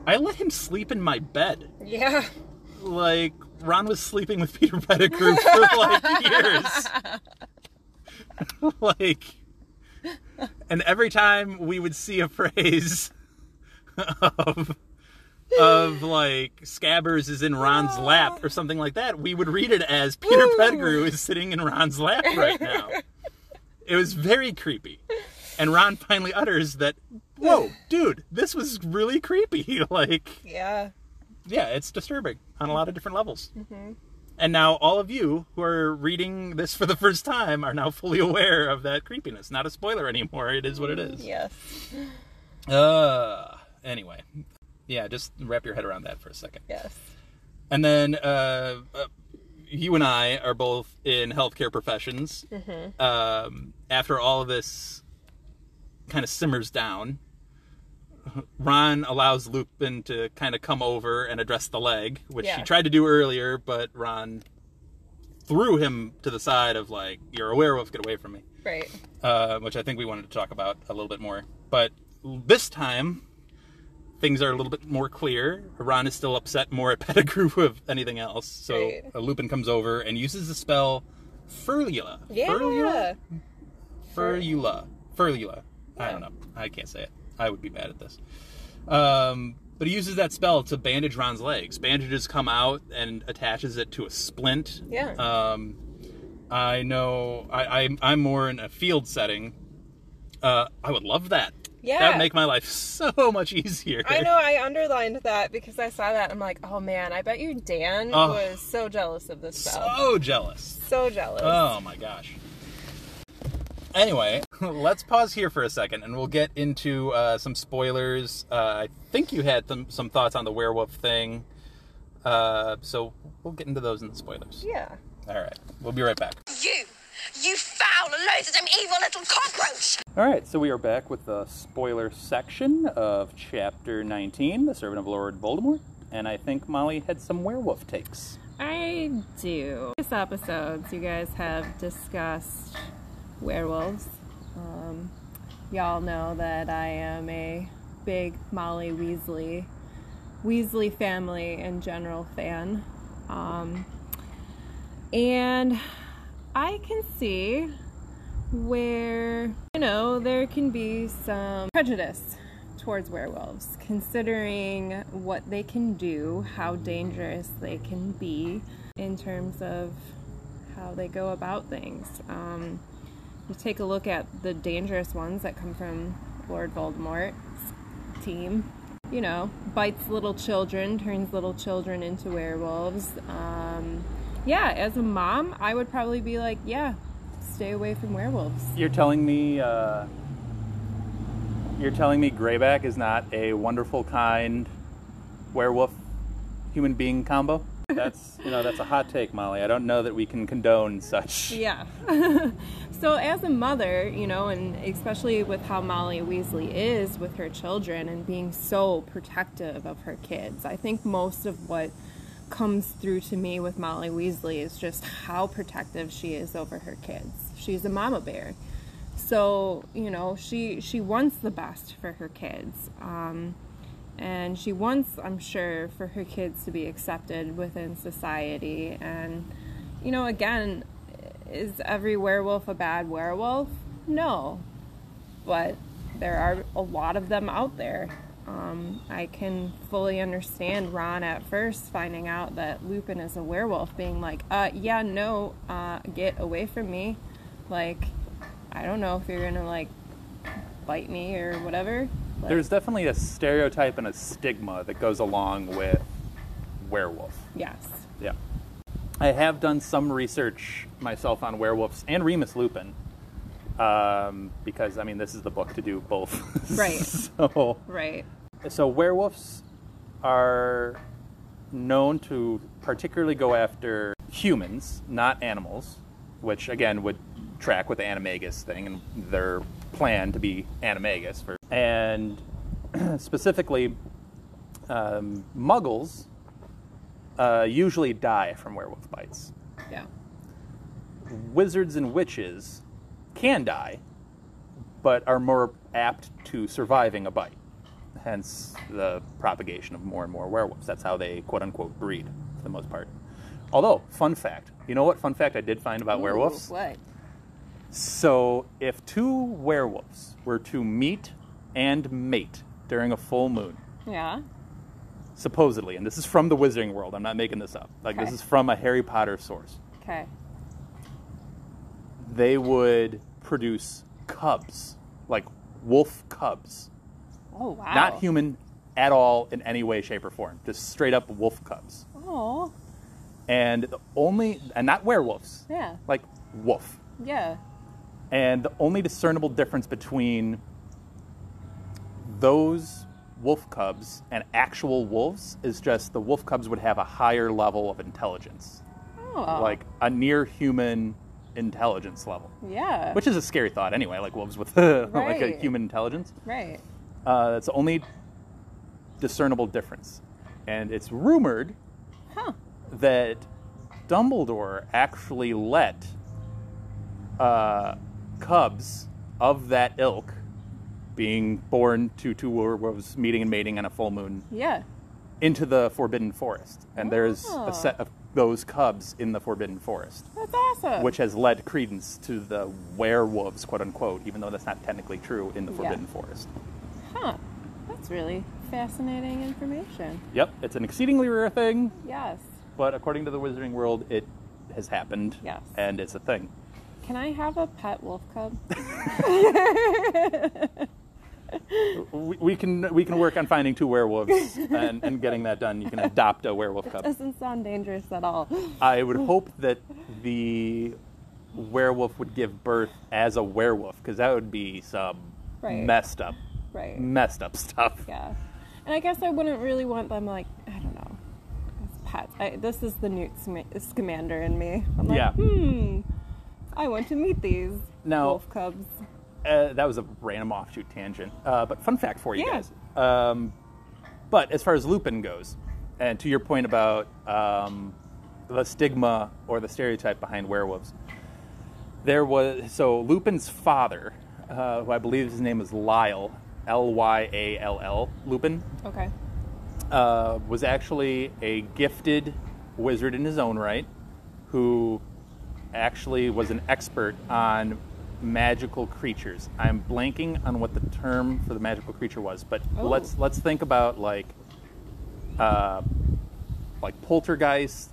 I let him sleep in my bed.
Yeah.
Like Ron was sleeping with Peter Pettigrew for like years. like, and every time we would see a phrase of of like Scabbers is in Ron's lap or something like that, we would read it as Peter Pettigrew is sitting in Ron's lap right now. It was very creepy. And Ron finally utters that, "Whoa, dude, this was really creepy." like
Yeah.
yeah, it's disturbing on a lot of different levels. And now all of you who are reading this for the first time are now fully aware of that creepiness. Not a spoiler anymore. It is what it is.
Yes.
Uh, anyway, yeah, just wrap your head around that for a second.
Yes.
And then uh, uh, you and I are both in healthcare professions. Um, after all of this kind of simmers down, Ron allows Lupin to kind of come over and address the leg, which he
Yeah.
tried to do earlier, but Ron threw him to the side of like, "You're a werewolf, get away from me,"
Right.
uh, which I think we wanted to talk about a little bit more. But this time, things are a little bit more clear. Ron is still upset more at Pettigrew of anything else. So
Right.
uh, Lupin comes over and uses the spell Furlula. Furlula? Furlula. Furlula. I don't know. I can't say it. I would be bad at this. Um, but he uses that spell to bandage Ron's legs. Bandages come out and attaches it to a splint.
Yeah.
Um, I know. I, I I'm more in a field setting. Uh, I would love that. That
Yeah.
would make my life so much easier.
I know I underlined that because I saw that. I'm like, oh man, I bet you Dan
Oh.
was so jealous of this spell.
So jealous.
So, jealous.
Oh my gosh. Anyway, let's pause here for a second, and we'll get into uh, some spoilers. Uh, I think you had some some thoughts on the werewolf thing, uh, so we'll get into those in the spoilers.
Yeah.
All right, we'll be right back.
You, you foul, loathsome, evil little cockroach!
All right, so we are back with the spoiler section of chapter 19, The Servant of Lord Voldemort, and I think Molly had some werewolf takes.
I do. Previous episodes, you guys have discussed werewolves. Um, y'all know that I am a big Molly Weasley, Weasley family in general fan. Um, and I can see where, you know, there can be some prejudice towards werewolves, considering what they can do, how dangerous they can be in terms of how they go about things. Um, you take a look at the dangerous ones that come from Lord Voldemort's team. You know, bites little children, turns little children into werewolves. Um, yeah, as a mom, I would probably be like, yeah, stay away from werewolves.
You're telling me, uh, you're telling me Greyback is not a wonderful, kind werewolf human being combo?
That's you know that's a hot take, Molly. I don't know that we can condone such.
Yeah. so as a mother, you know, and especially with how Molly Weasley is with her children and being so protective of her kids, I think most of what comes through to me with Molly Weasley is just how protective she is over her kids. She's a mama bear. So, you know, she she wants the best for her kids. Um and she wants, I'm sure, for her kids to be accepted within society. And, you know, again, is every werewolf a bad werewolf? No. But there are a lot of them out there. Um, I can fully understand Ron at first finding out that Lupin is a werewolf, being like, uh, yeah, no, uh, get away from me. Like, I don't know if you're gonna, like, bite me or whatever. Like,
There's definitely a stereotype and a stigma that goes along with werewolf.
yes.
Yeah. I have done some research myself on werewolves and Remus Lupin. Um, because I mean this is the book to do both.
Right.
so
Right.
so werewolves are known to particularly go after humans, not animals, which again would track with the animagus thing and their plan to be animagus for and specifically um, muggles uh, usually die from werewolf bites.
Yeah.
Wizards and witches can die, but are more apt to surviving a bite. Hence the propagation of more and more werewolves. That's how they quote unquote breed for the most part. Although, fun fact you know what fun fact I did find about werewolves?
Ooh, What?
So, if two werewolves were to meet and mate during a full moon,
Yeah.
supposedly, and this is from the Wizarding World. I'm not making this up. Like
Okay.
this is from a Harry Potter source.
Okay.
They would produce cubs, like wolf cubs,
Oh wow.
not human at all in any way, shape, or form. Just straight up wolf cubs,
Oh
and the only, and not werewolves.
yeah.
Like wolf.
Yeah.
And the only discernible difference between those wolf cubs and actual wolves is just the wolf cubs would have a higher level of intelligence.
Oh.
like a near human intelligence level,
Yeah.
which is a scary thought anyway. Like wolves with like a
Right.
human intelligence.
right.
Uh, that's the only discernible difference, and it's rumored
Huh.
that Dumbledore actually let uh, cubs of that ilk being born to two werewolves meeting and mating on a full moon
Yeah.
into the forbidden forest and there's
Oh.
a set of those cubs in the forbidden forest
That's awesome.
which has led credence to the werewolves, quote unquote, even though that's not technically true in the
Yeah.
Forbidden Forest.
Huh. That's really fascinating information.
Yep, it's an exceedingly rare thing,
Yes.
but according to the Wizarding World, it has happened.
Yes.
And it's a thing.
Can I have a pet wolf cub?
We, we can we can work on finding two werewolves and, and getting that done. You can adopt a werewolf cub.
Doesn't sound dangerous at all.
I would hope that the werewolf would give birth as a werewolf because that would be some
Right.
messed up,
Right.
messed up stuff.
Yeah. And I guess I wouldn't really want them like I don't know. As pets. I, this is the Newt Scam- Scamander in me. I'm like,
Yeah.
hmm. I want to meet these
Now-
wolf cubs.
uh, that was a random offshoot tangent. Uh, but fun fact for you
Yeah.
guys. Um, but as far as Lupin goes, and to your point about um, the stigma or the stereotype behind werewolves, there was so Lupin's father, uh, who I believe his name is Lyle, L Y A L L Lupin,
Okay.
uh, was actually a gifted wizard in his own right, who actually was an expert on magical creatures. I'm blanking on what the term for the magical creature was, but
Oh.
let's let's think about like uh, like poltergeist,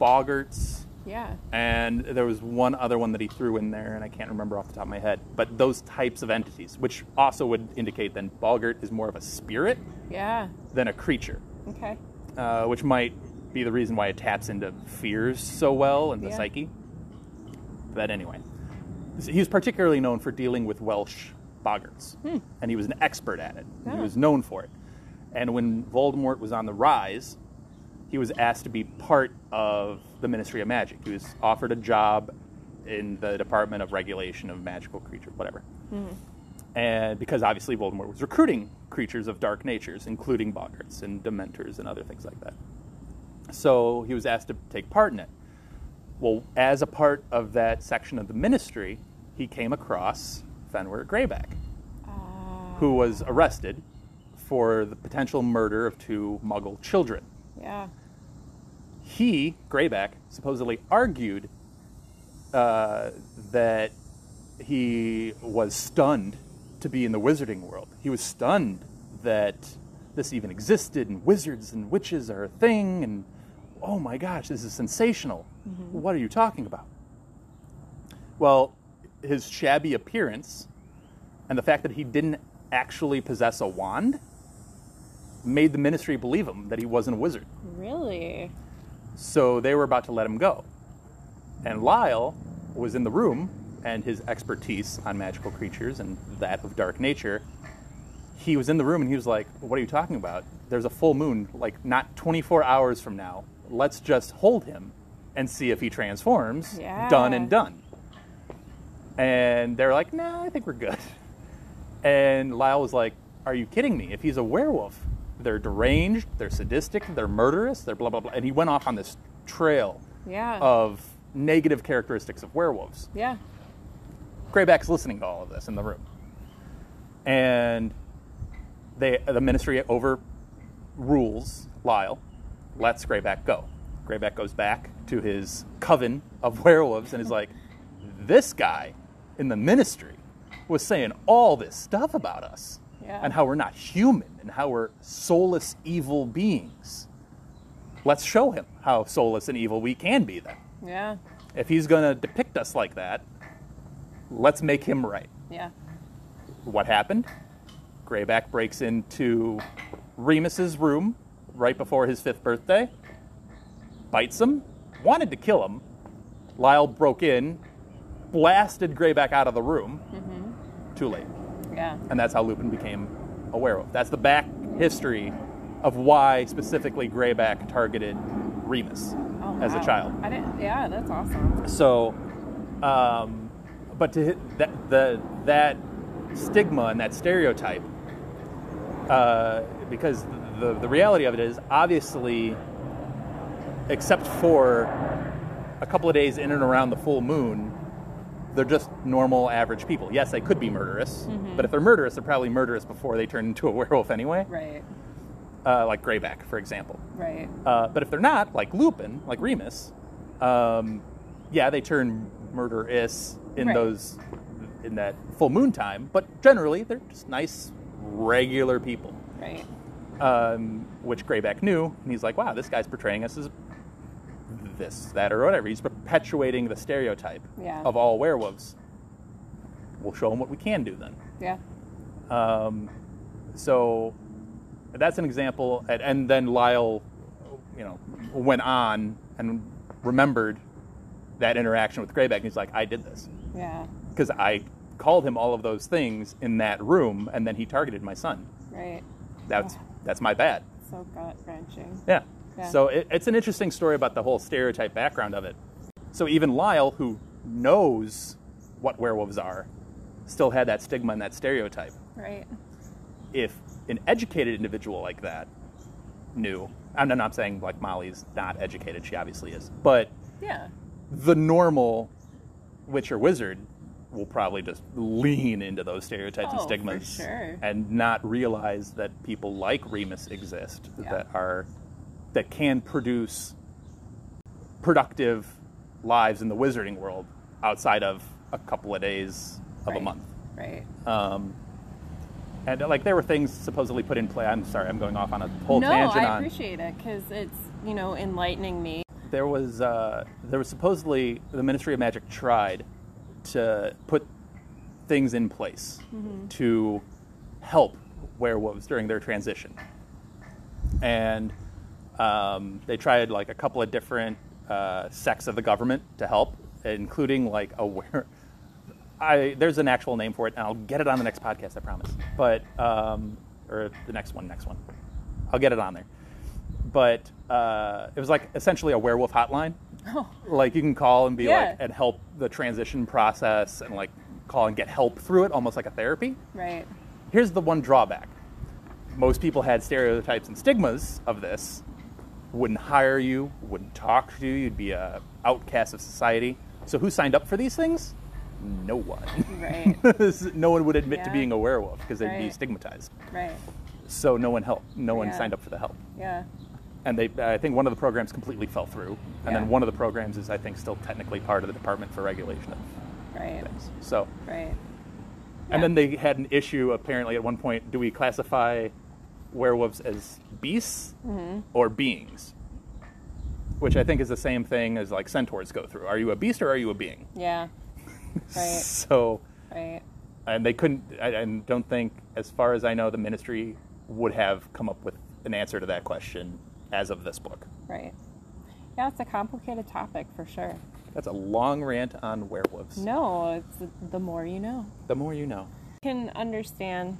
boggarts,
Yeah.
and there was one other one that he threw in there, and I can't remember off the top of my head. But those types of entities, which also would indicate then boggart is more of a spirit
Yeah.
than a creature
Okay.
uh, which might be the reason why it taps into fears so well and the
Yeah.
psyche. But anyway, he was particularly known for dealing with Welsh boggarts, and he was an expert at it. and He
Hmm. Ah.
was known for it. And when Voldemort was on the rise, he was asked to be part of the Ministry of Magic. He was offered a job in the Department of Regulation of Magical Creatures, whatever. And uh, because obviously Voldemort was recruiting creatures of dark natures, including boggarts and dementors and other things like that. So he was asked to take part in it. Well, as a part of that section of the ministry, he came across Fenrir Greyback, who was arrested for the potential murder of two Muggle children.
Yeah.
He, Greyback, supposedly argued uh, that he was stunned to be in the wizarding world. He was stunned that this even existed and wizards and witches are a thing and oh my gosh, this is sensational. What are you talking about? Well, his shabby appearance and the fact that he didn't actually possess a wand made the ministry believe him that he wasn't a wizard.
Really?
So they were about to let him go. And Lyle was in the room, and his expertise on magical creatures and that of dark nature, he was in the room and he was like, What are you talking about? There's a full moon, like not 24 hours from now. Let's just hold him and see if he transforms. Done and
Yeah.
done. And they're like, Nah, I think we're good. And Lyle was like, Are you kidding me? If he's a werewolf, they're deranged, they're sadistic, they're murderous, they're blah, blah, blah. And he went off on this trail
Yeah.
of negative characteristics of werewolves.
yeah.
Greyback's listening to all of this in the room. And they, the ministry overrules Lyle, lets Greyback go. Greyback goes back to his coven of werewolves and is like, this guy in the ministry was saying all this stuff about us
Yeah.
and how we're not human and how we're soulless, evil beings. Let's show him how soulless and evil we can be then
Yeah.
if he's going to depict us like that, let's make him right.
Yeah.
What happened? Greyback breaks into Remus's room right before his fifth birthday, bites him, wanted to kill him. Lyle broke in, blasted Greyback out of the room.
Mm-hmm.
Too late.
Yeah.
And that's how Lupin became a werewolf. That's the back history of why specifically Greyback targeted Remus
Oh,
as a
wow.
child.
I didn't, yeah, that's awesome.
So, um, but to hit that the that stigma and that stereotype, uh, because the the reality of it is obviously, except for a couple of days in and around the full moon, they're just normal average people. Yes, they could be murderous, but if they're murderous, they're probably murderous before they turn into a werewolf anyway.
Right.
Uh, like Greyback, for example.
Right.
Uh, but if they're not, like Lupin, like Remus, um, yeah, they turn murderous in
Right.
those in that full moon time. But generally, they're just nice, regular people,
Right.
um, which Greyback knew, and he's like, "Wow, this guy's portraying us as this, that, or whatever. He's perpetuating the stereotype
Yeah.
of all werewolves. We'll show him what we can do then."
Yeah.
Um, so that's an example. And, and then Lyle, you know, went on and remembered that interaction with Greyback. And he's like, I did this
Yeah.
because I called him all of those things in that room, and then he targeted my son.
Right.
That's that's my bad.
So gut wrenching.
Yeah.
Yeah.
So it, it's an interesting story about the whole stereotype background of it. So even Lyle, who knows what werewolves are, still had that stigma and that stereotype.
Right.
if an educated individual like that knew, I'm not I'm saying like Molly's not educated, she obviously is, but
Yeah.
the normal witch or wizard will probably just lean into those stereotypes and
Oh, for
stigmas
sure.
and not realize that people like Remus exist
Yeah.
that are that can produce productive lives in the wizarding world outside of a couple of days of a
Right.
month.
Right.
Um, and like there were things supposedly put in play. I'm sorry, I'm going off on a whole
no,
tangent.
I
on
appreciate it because it's, you know, enlightening me.
there was uh, there was supposedly the Ministry of Magic tried to put things in place
Mm-hmm.
to help werewolves during their transition, and um, they tried like a couple of different uh, sects of the government to help, including like a were. I there's an actual name for it, and I'll get it on the next podcast, I promise. But um, or the next one, next one, I'll get it on there but uh, it was like essentially a werewolf hotline. Like you can call and be
Yeah.
like and help the transition process and like call and get help through it, almost like a therapy.
Right.
Here's the one drawback: most people had stereotypes and stigmas of this. Wouldn't hire you, wouldn't talk to you. You'd be a outcast of society. So who signed up for these things? No one.
Right.
no one would admit to
Yeah.
being a werewolf because they'd be
Right.
stigmatized.
right.
So no one helped. No one
Yeah.
signed up for the help.
Yeah.
And they, I think one of the programs completely fell through. And
Yeah.
then one of the programs is, I think, still technically part of the Department for Regulation of
Right.
Things. So,
Right.
and then they had an issue apparently at one point. Do we classify werewolves as beasts
Mm-hmm.
or beings? Which I think is the same thing as like centaurs go through. Are you a beast or are you a being?
Yeah. Right.
So
Right.
and they couldn't I, I don't think as far as i know the ministry would have come up with an answer to that question as of this book
Right. Yeah, it's a complicated topic for sure.
that's a long rant on werewolves
No, it's the more you know.
the more you know
Can understand.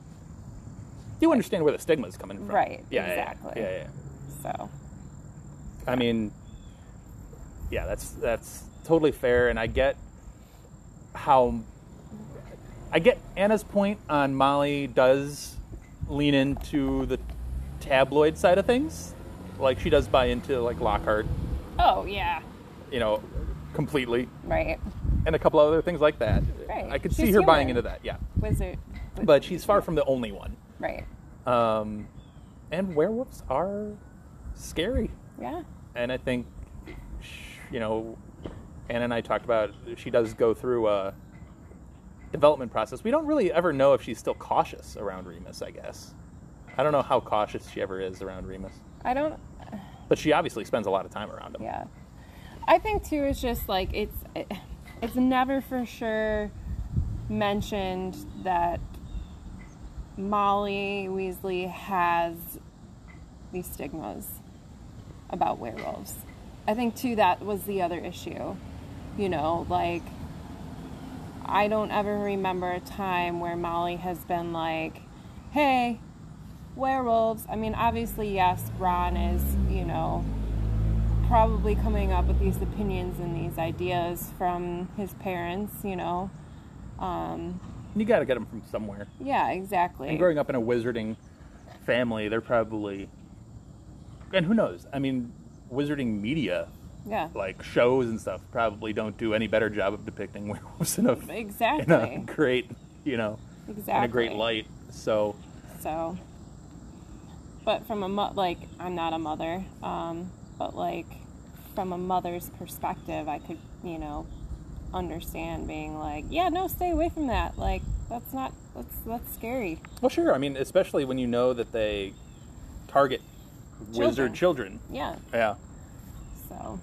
you understand where the stigma is coming from
Right,
yeah yeah,
exactly.
yeah, yeah, yeah.
So
i mean yeah that's that's totally fair and i get how i get anna's point on molly does lean into the tabloid side of things like she does buy into like lockhart
Oh yeah.
you know, completely,
Right.
and a couple other things like that.
Right.
I could
She's
see her buying
human.
into that, yeah.
Wizard. wi-
But she's far from the only one.
Right.
Um, and werewolves are scary,
Yeah.
and I think, sh- you know, Anna and I talked about she does go through a development process. We don't really ever know if she's still cautious around Remus. I guess I don't know how cautious she ever is around Remus,
I don't
but she obviously spends a lot of time around him.
yeah. I think too it's just like it's it- it's never for sure mentioned that Molly Weasley has these stigmas about werewolves. I think too that was the other issue. You know, like I don't ever remember a time where Molly has been like, "Hey, werewolves." I mean, obviously yes, Ron is, you know, probably coming up with these opinions and these ideas from his parents, you know.
You got to get him from somewhere.
Yeah, exactly.
And growing up in a wizarding family, they're probably, and who knows? I mean, wizarding media,
yeah.
like shows and stuff, probably don't do any better job of depicting werewolves in a, in a
exactly.
great, you know,
Exactly.
in a great light. So,
So but from a mo- like I'm not a mother, um, but like from a mother's perspective, I could, you know, understand being like, yeah, no, stay away from that. Like that's not that's that's scary.
well, sure. I mean, especially when you know that they target wizard children.
Yeah.
Yeah.
So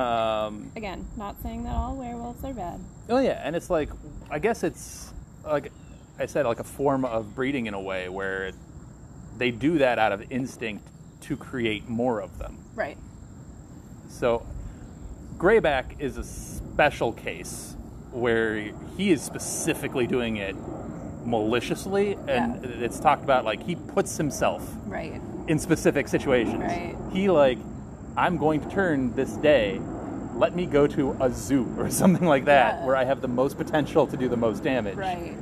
Um,
again, not saying that all werewolves are bad.
Oh yeah, and it's like I guess it's like I said, like a form of breeding in a way where they do that out of instinct to create more of them.
Right.
So Grayback is a special case where he is specifically doing it maliciously and it's talked about like he puts himself
Right.
in specific situations.
Right.
He like, I'm going to turn this day. Let me go to a zoo or something like that,
Yeah.
where I have the most potential to do the most damage.
Right.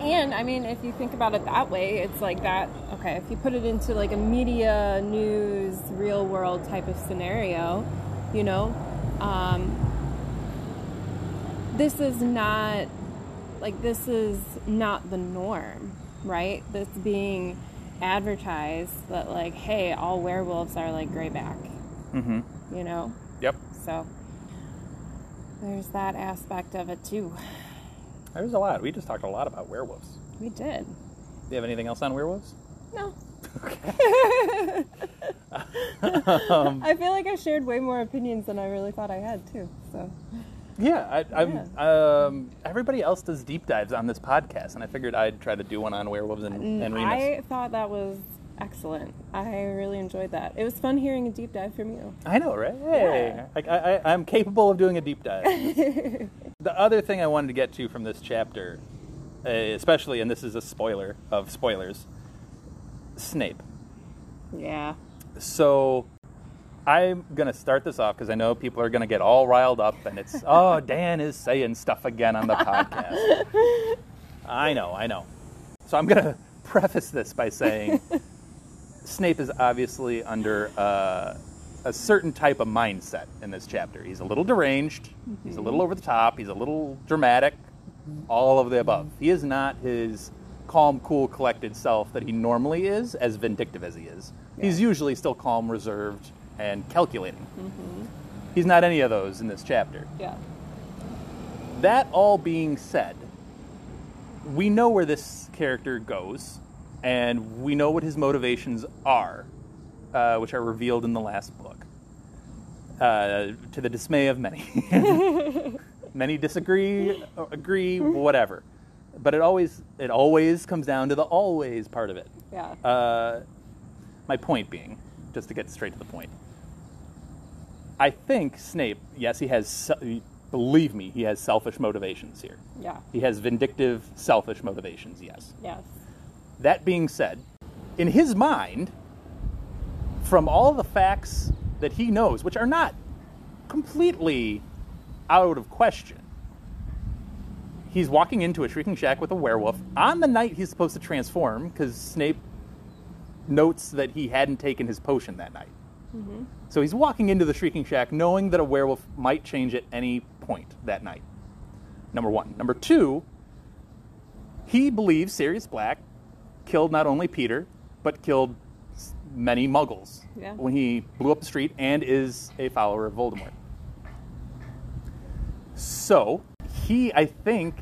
And I mean, if you think about it that way, it's like that. Okay, if you put it into like a media, news, real world type of scenario, you know, um, this is not like this is not the norm, right? That's being advertised that like, hey, all werewolves are like grayback,
Mm-hmm.
you know.
Yep.
So there's that aspect of it too.
There's a lot. We just talked a lot about werewolves. Do
We did.
you have anything else on werewolves?
No.
Um,
I feel like I shared way more opinions than I really thought I had too. So
Yeah, I, I'm. Um, everybody else does deep dives on this podcast, and I figured I'd try to do one on werewolves
Mm,
and, and Remus.
I thought that was excellent. I really enjoyed that. It was fun hearing a deep dive from you.
I know, right? Hey, like, I, I, I'm capable of doing a deep dive. the other thing I wanted to get to from this chapter, eh, uh, especially, and this is a spoiler of spoilers Snape.
Yeah.
So I'm going to start this off because I know people are going to get all riled up and it's, oh, Dan is saying stuff again on the podcast. I know, I know. So I'm going to preface this by saying Snape is obviously under uh, a certain type of mindset in this chapter. He's a little deranged, he's a little over the top, he's a little dramatic, all of the above. He is not his calm, cool, collected self that he normally is, as vindictive as he is. He's usually still calm, reserved, and calculating. He's not any of those in this chapter.
Yeah.
That all being said, we know where this character goes, and we know what his motivations are, uh, which are revealed in the last book, uh, to the dismay of many. many disagree, agree, whatever. But it always it always comes down to the always part of it.
Yeah.
Uh, my point being, just to get straight to the point, I think Snape. Yes, he has. se- Believe me, he has selfish motivations here.
yeah.
He has vindictive, selfish motivations, yes.
Yes.
That being said, in his mind, from all the facts that he knows, which are not completely out of question, he's walking into a shrieking shack with a werewolf on the night he's supposed to transform because Snape notes that he hadn't taken his potion that night. So he's walking into the shrieking shack knowing that a werewolf might change at any point that night. Number one. Number two, he believes Sirius Black killed not only Peter, but killed s- many muggles
Yeah.
when he blew up the street and is a follower of Voldemort. So he, I think,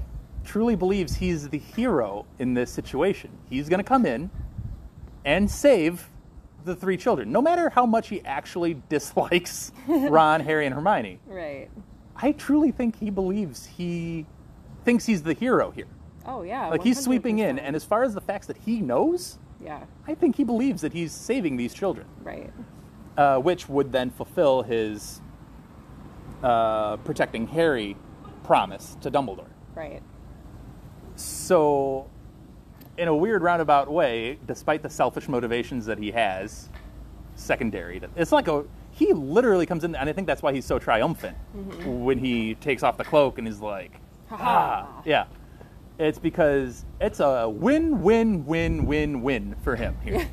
truly believes he's the hero in this situation. He's going to come in and save the three children, no matter how much he actually dislikes Ron, Harry, and Hermione.
Right.
I truly think he believes he thinks he's the hero here.
Oh yeah.
Like he's sweeping in,
100%.
and as far as the facts that he knows,
yeah.
I think he believes that he's saving these children,
Right.
uh, which would then fulfill his uh, protecting Harry promise to Dumbledore.
Right.
So, in a weird roundabout way, despite the selfish motivations that he has, secondary to it's like a he literally comes in, and I think that's why he's so triumphant when he takes off the cloak and is like, ah, yeah. It's because it's a win, win, win, win, win for him here.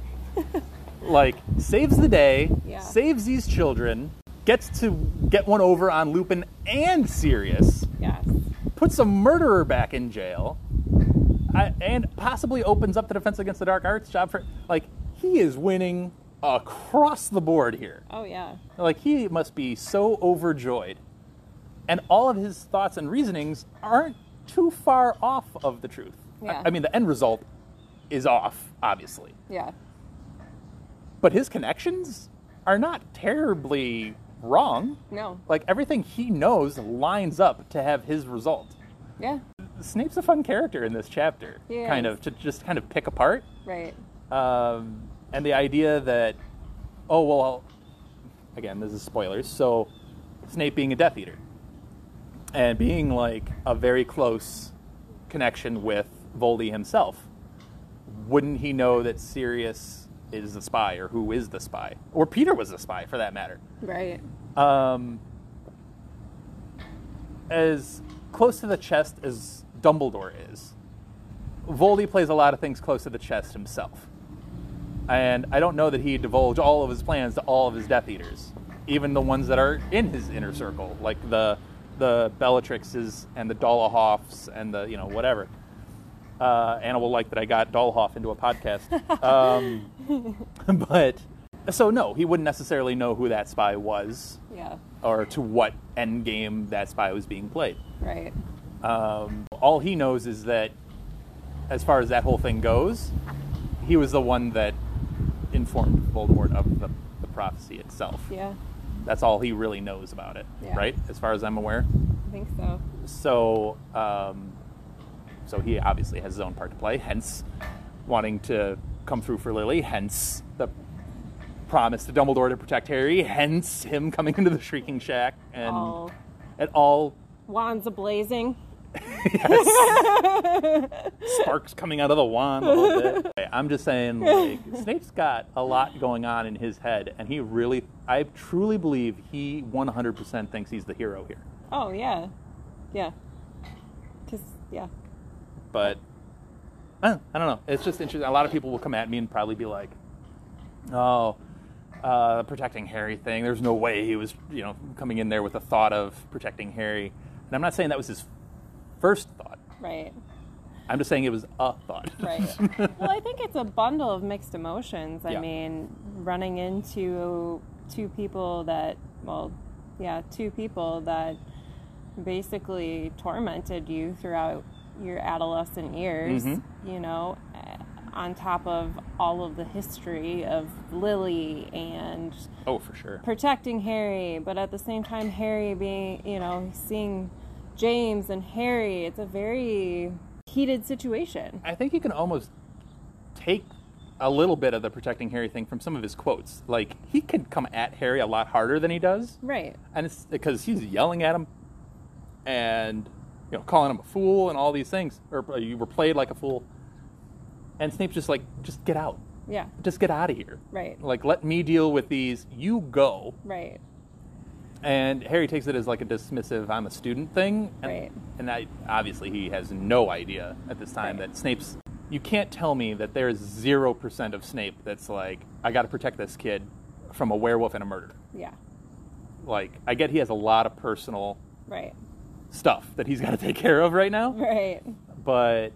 like saves the day,
Yeah.
saves these children, gets to get one over on Lupin and Sirius
Yes.
puts a murderer back in jail, I, and possibly opens up the Defense Against the Dark Arts job for like he is winning across the board here.
Oh yeah.
Like he must be so overjoyed, and all of his thoughts and reasonings aren't too far off of the truth. I-
Yeah.
I mean, the end result is off, obviously,
Yeah.
but his connections are not terribly wrong.
No.
Like everything he knows lines up to have his result.
Yeah.
Snape's a fun character in this chapter,
He
kind
is.
of to just kind of pick apart,
Right.
um, and the idea that oh well, again this is spoilers. So Snape being a Death Eater and being like a very close connection with Voldy himself, wouldn't he know that Sirius is the spy or who is the spy or Peter was the spy for that matter?
Right.
um, as close to the chest as Dumbledore is, Voldy plays a lot of things close to the chest himself. And I don't know that he divulged all of his plans to all of his Death Eaters, even the ones that are in his inner circle, like the the Bellatrixes and the Dolahoffs and the you know whatever. Uh, Anna will like that I got Dollhoff into a podcast. Um, but so no, he wouldn't necessarily know who that spy was
Yeah.
or to what end game that spy was being played.
Right.
Um, all he knows is that, as far as that whole thing goes, he was the one that informed Voldemort of the, the prophecy itself.
Yeah.
That's all he really knows about it,
Yeah.
right? As far as I'm aware.
I think so.
So, um, so he obviously has his own part to play. Hence, wanting to come through for Lily. Hence the promise to Dumbledore to protect Harry. Hence him coming into the Shrieking Shack and
All
it all
wands ablazing.
Sparks coming out of the wand a little bit. I'm just saying, like, Snape's got a lot going on in his head, and he really, I truly believe he 100% thinks he's the hero here.
Oh yeah, yeah. Cause yeah,
but I don't, I don't know. It's just interesting. A lot of people will come at me and probably be like, "Oh, uh, protecting Harry thing. There's no way he was, you know, coming in there with the thought of protecting Harry." And I'm not saying that was his first thought.
right,
I'm just saying it was a thought.
right. well, I think it's a bundle of mixed emotions. I
Yeah.
mean, running into two people that, well, yeah, two people that basically tormented you throughout your adolescent years, you know, eh, on top of all of the history of Lily and
Oh, for sure.
protecting Harry, but at the same time, Harry being, you know, seeing James and Harry, it's a very heated situation.
I think you can almost take a little bit of the protecting Harry thing from some of his quotes. Like he can come at Harry a lot harder than he does.
Right.
and it's because he's yelling at him and you know calling him a fool and all these things or uh, you were played like a fool and snape's just like just get out
Yeah.
just get out of here
Right.
like let me deal with these you go
Right.
and harry takes it as like a dismissive i'm a student thing and,
Right.
and i obviously he has no idea at this time
Right.
that snape's you can't tell me that there's 0% of snape that's like i got to protect this kid from a werewolf and a murderer
Yeah.
like i get he has a lot of personal
Right.
stuff that he's got to take care of right now.
Right.
But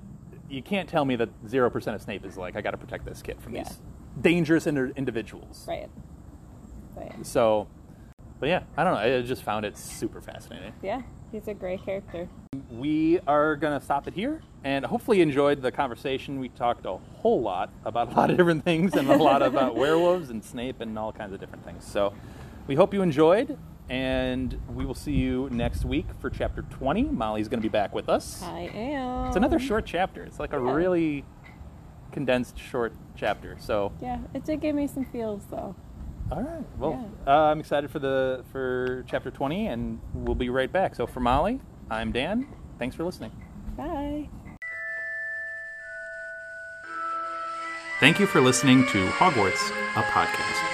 you can't tell me that zero percent of Snape is like, I got to protect this kid from
Yeah.
these dangerous inter- individuals.
Right. Right.
So, but yeah, I don't know. I just found it super fascinating.
Yeah. He's a great character.
We are gonna stop it here, and hopefully you enjoyed the conversation. We talked a whole lot about a lot of different things, and a lot about werewolves and Snape and all kinds of different things. So, we hope you enjoyed. And we will see you next week for chapter 20. Molly's going to be back with us.
I am.
It's another short chapter. It's like a
Yeah.
really condensed short chapter. So,
Yeah. It did give me some feels though.
all right. Well, uh, I'm excited for the for chapter 20 and we'll be right back. So, for Molly, I'm Dan. Thanks for listening.
Bye.
Thank you for listening to Hogwarts, a podcast.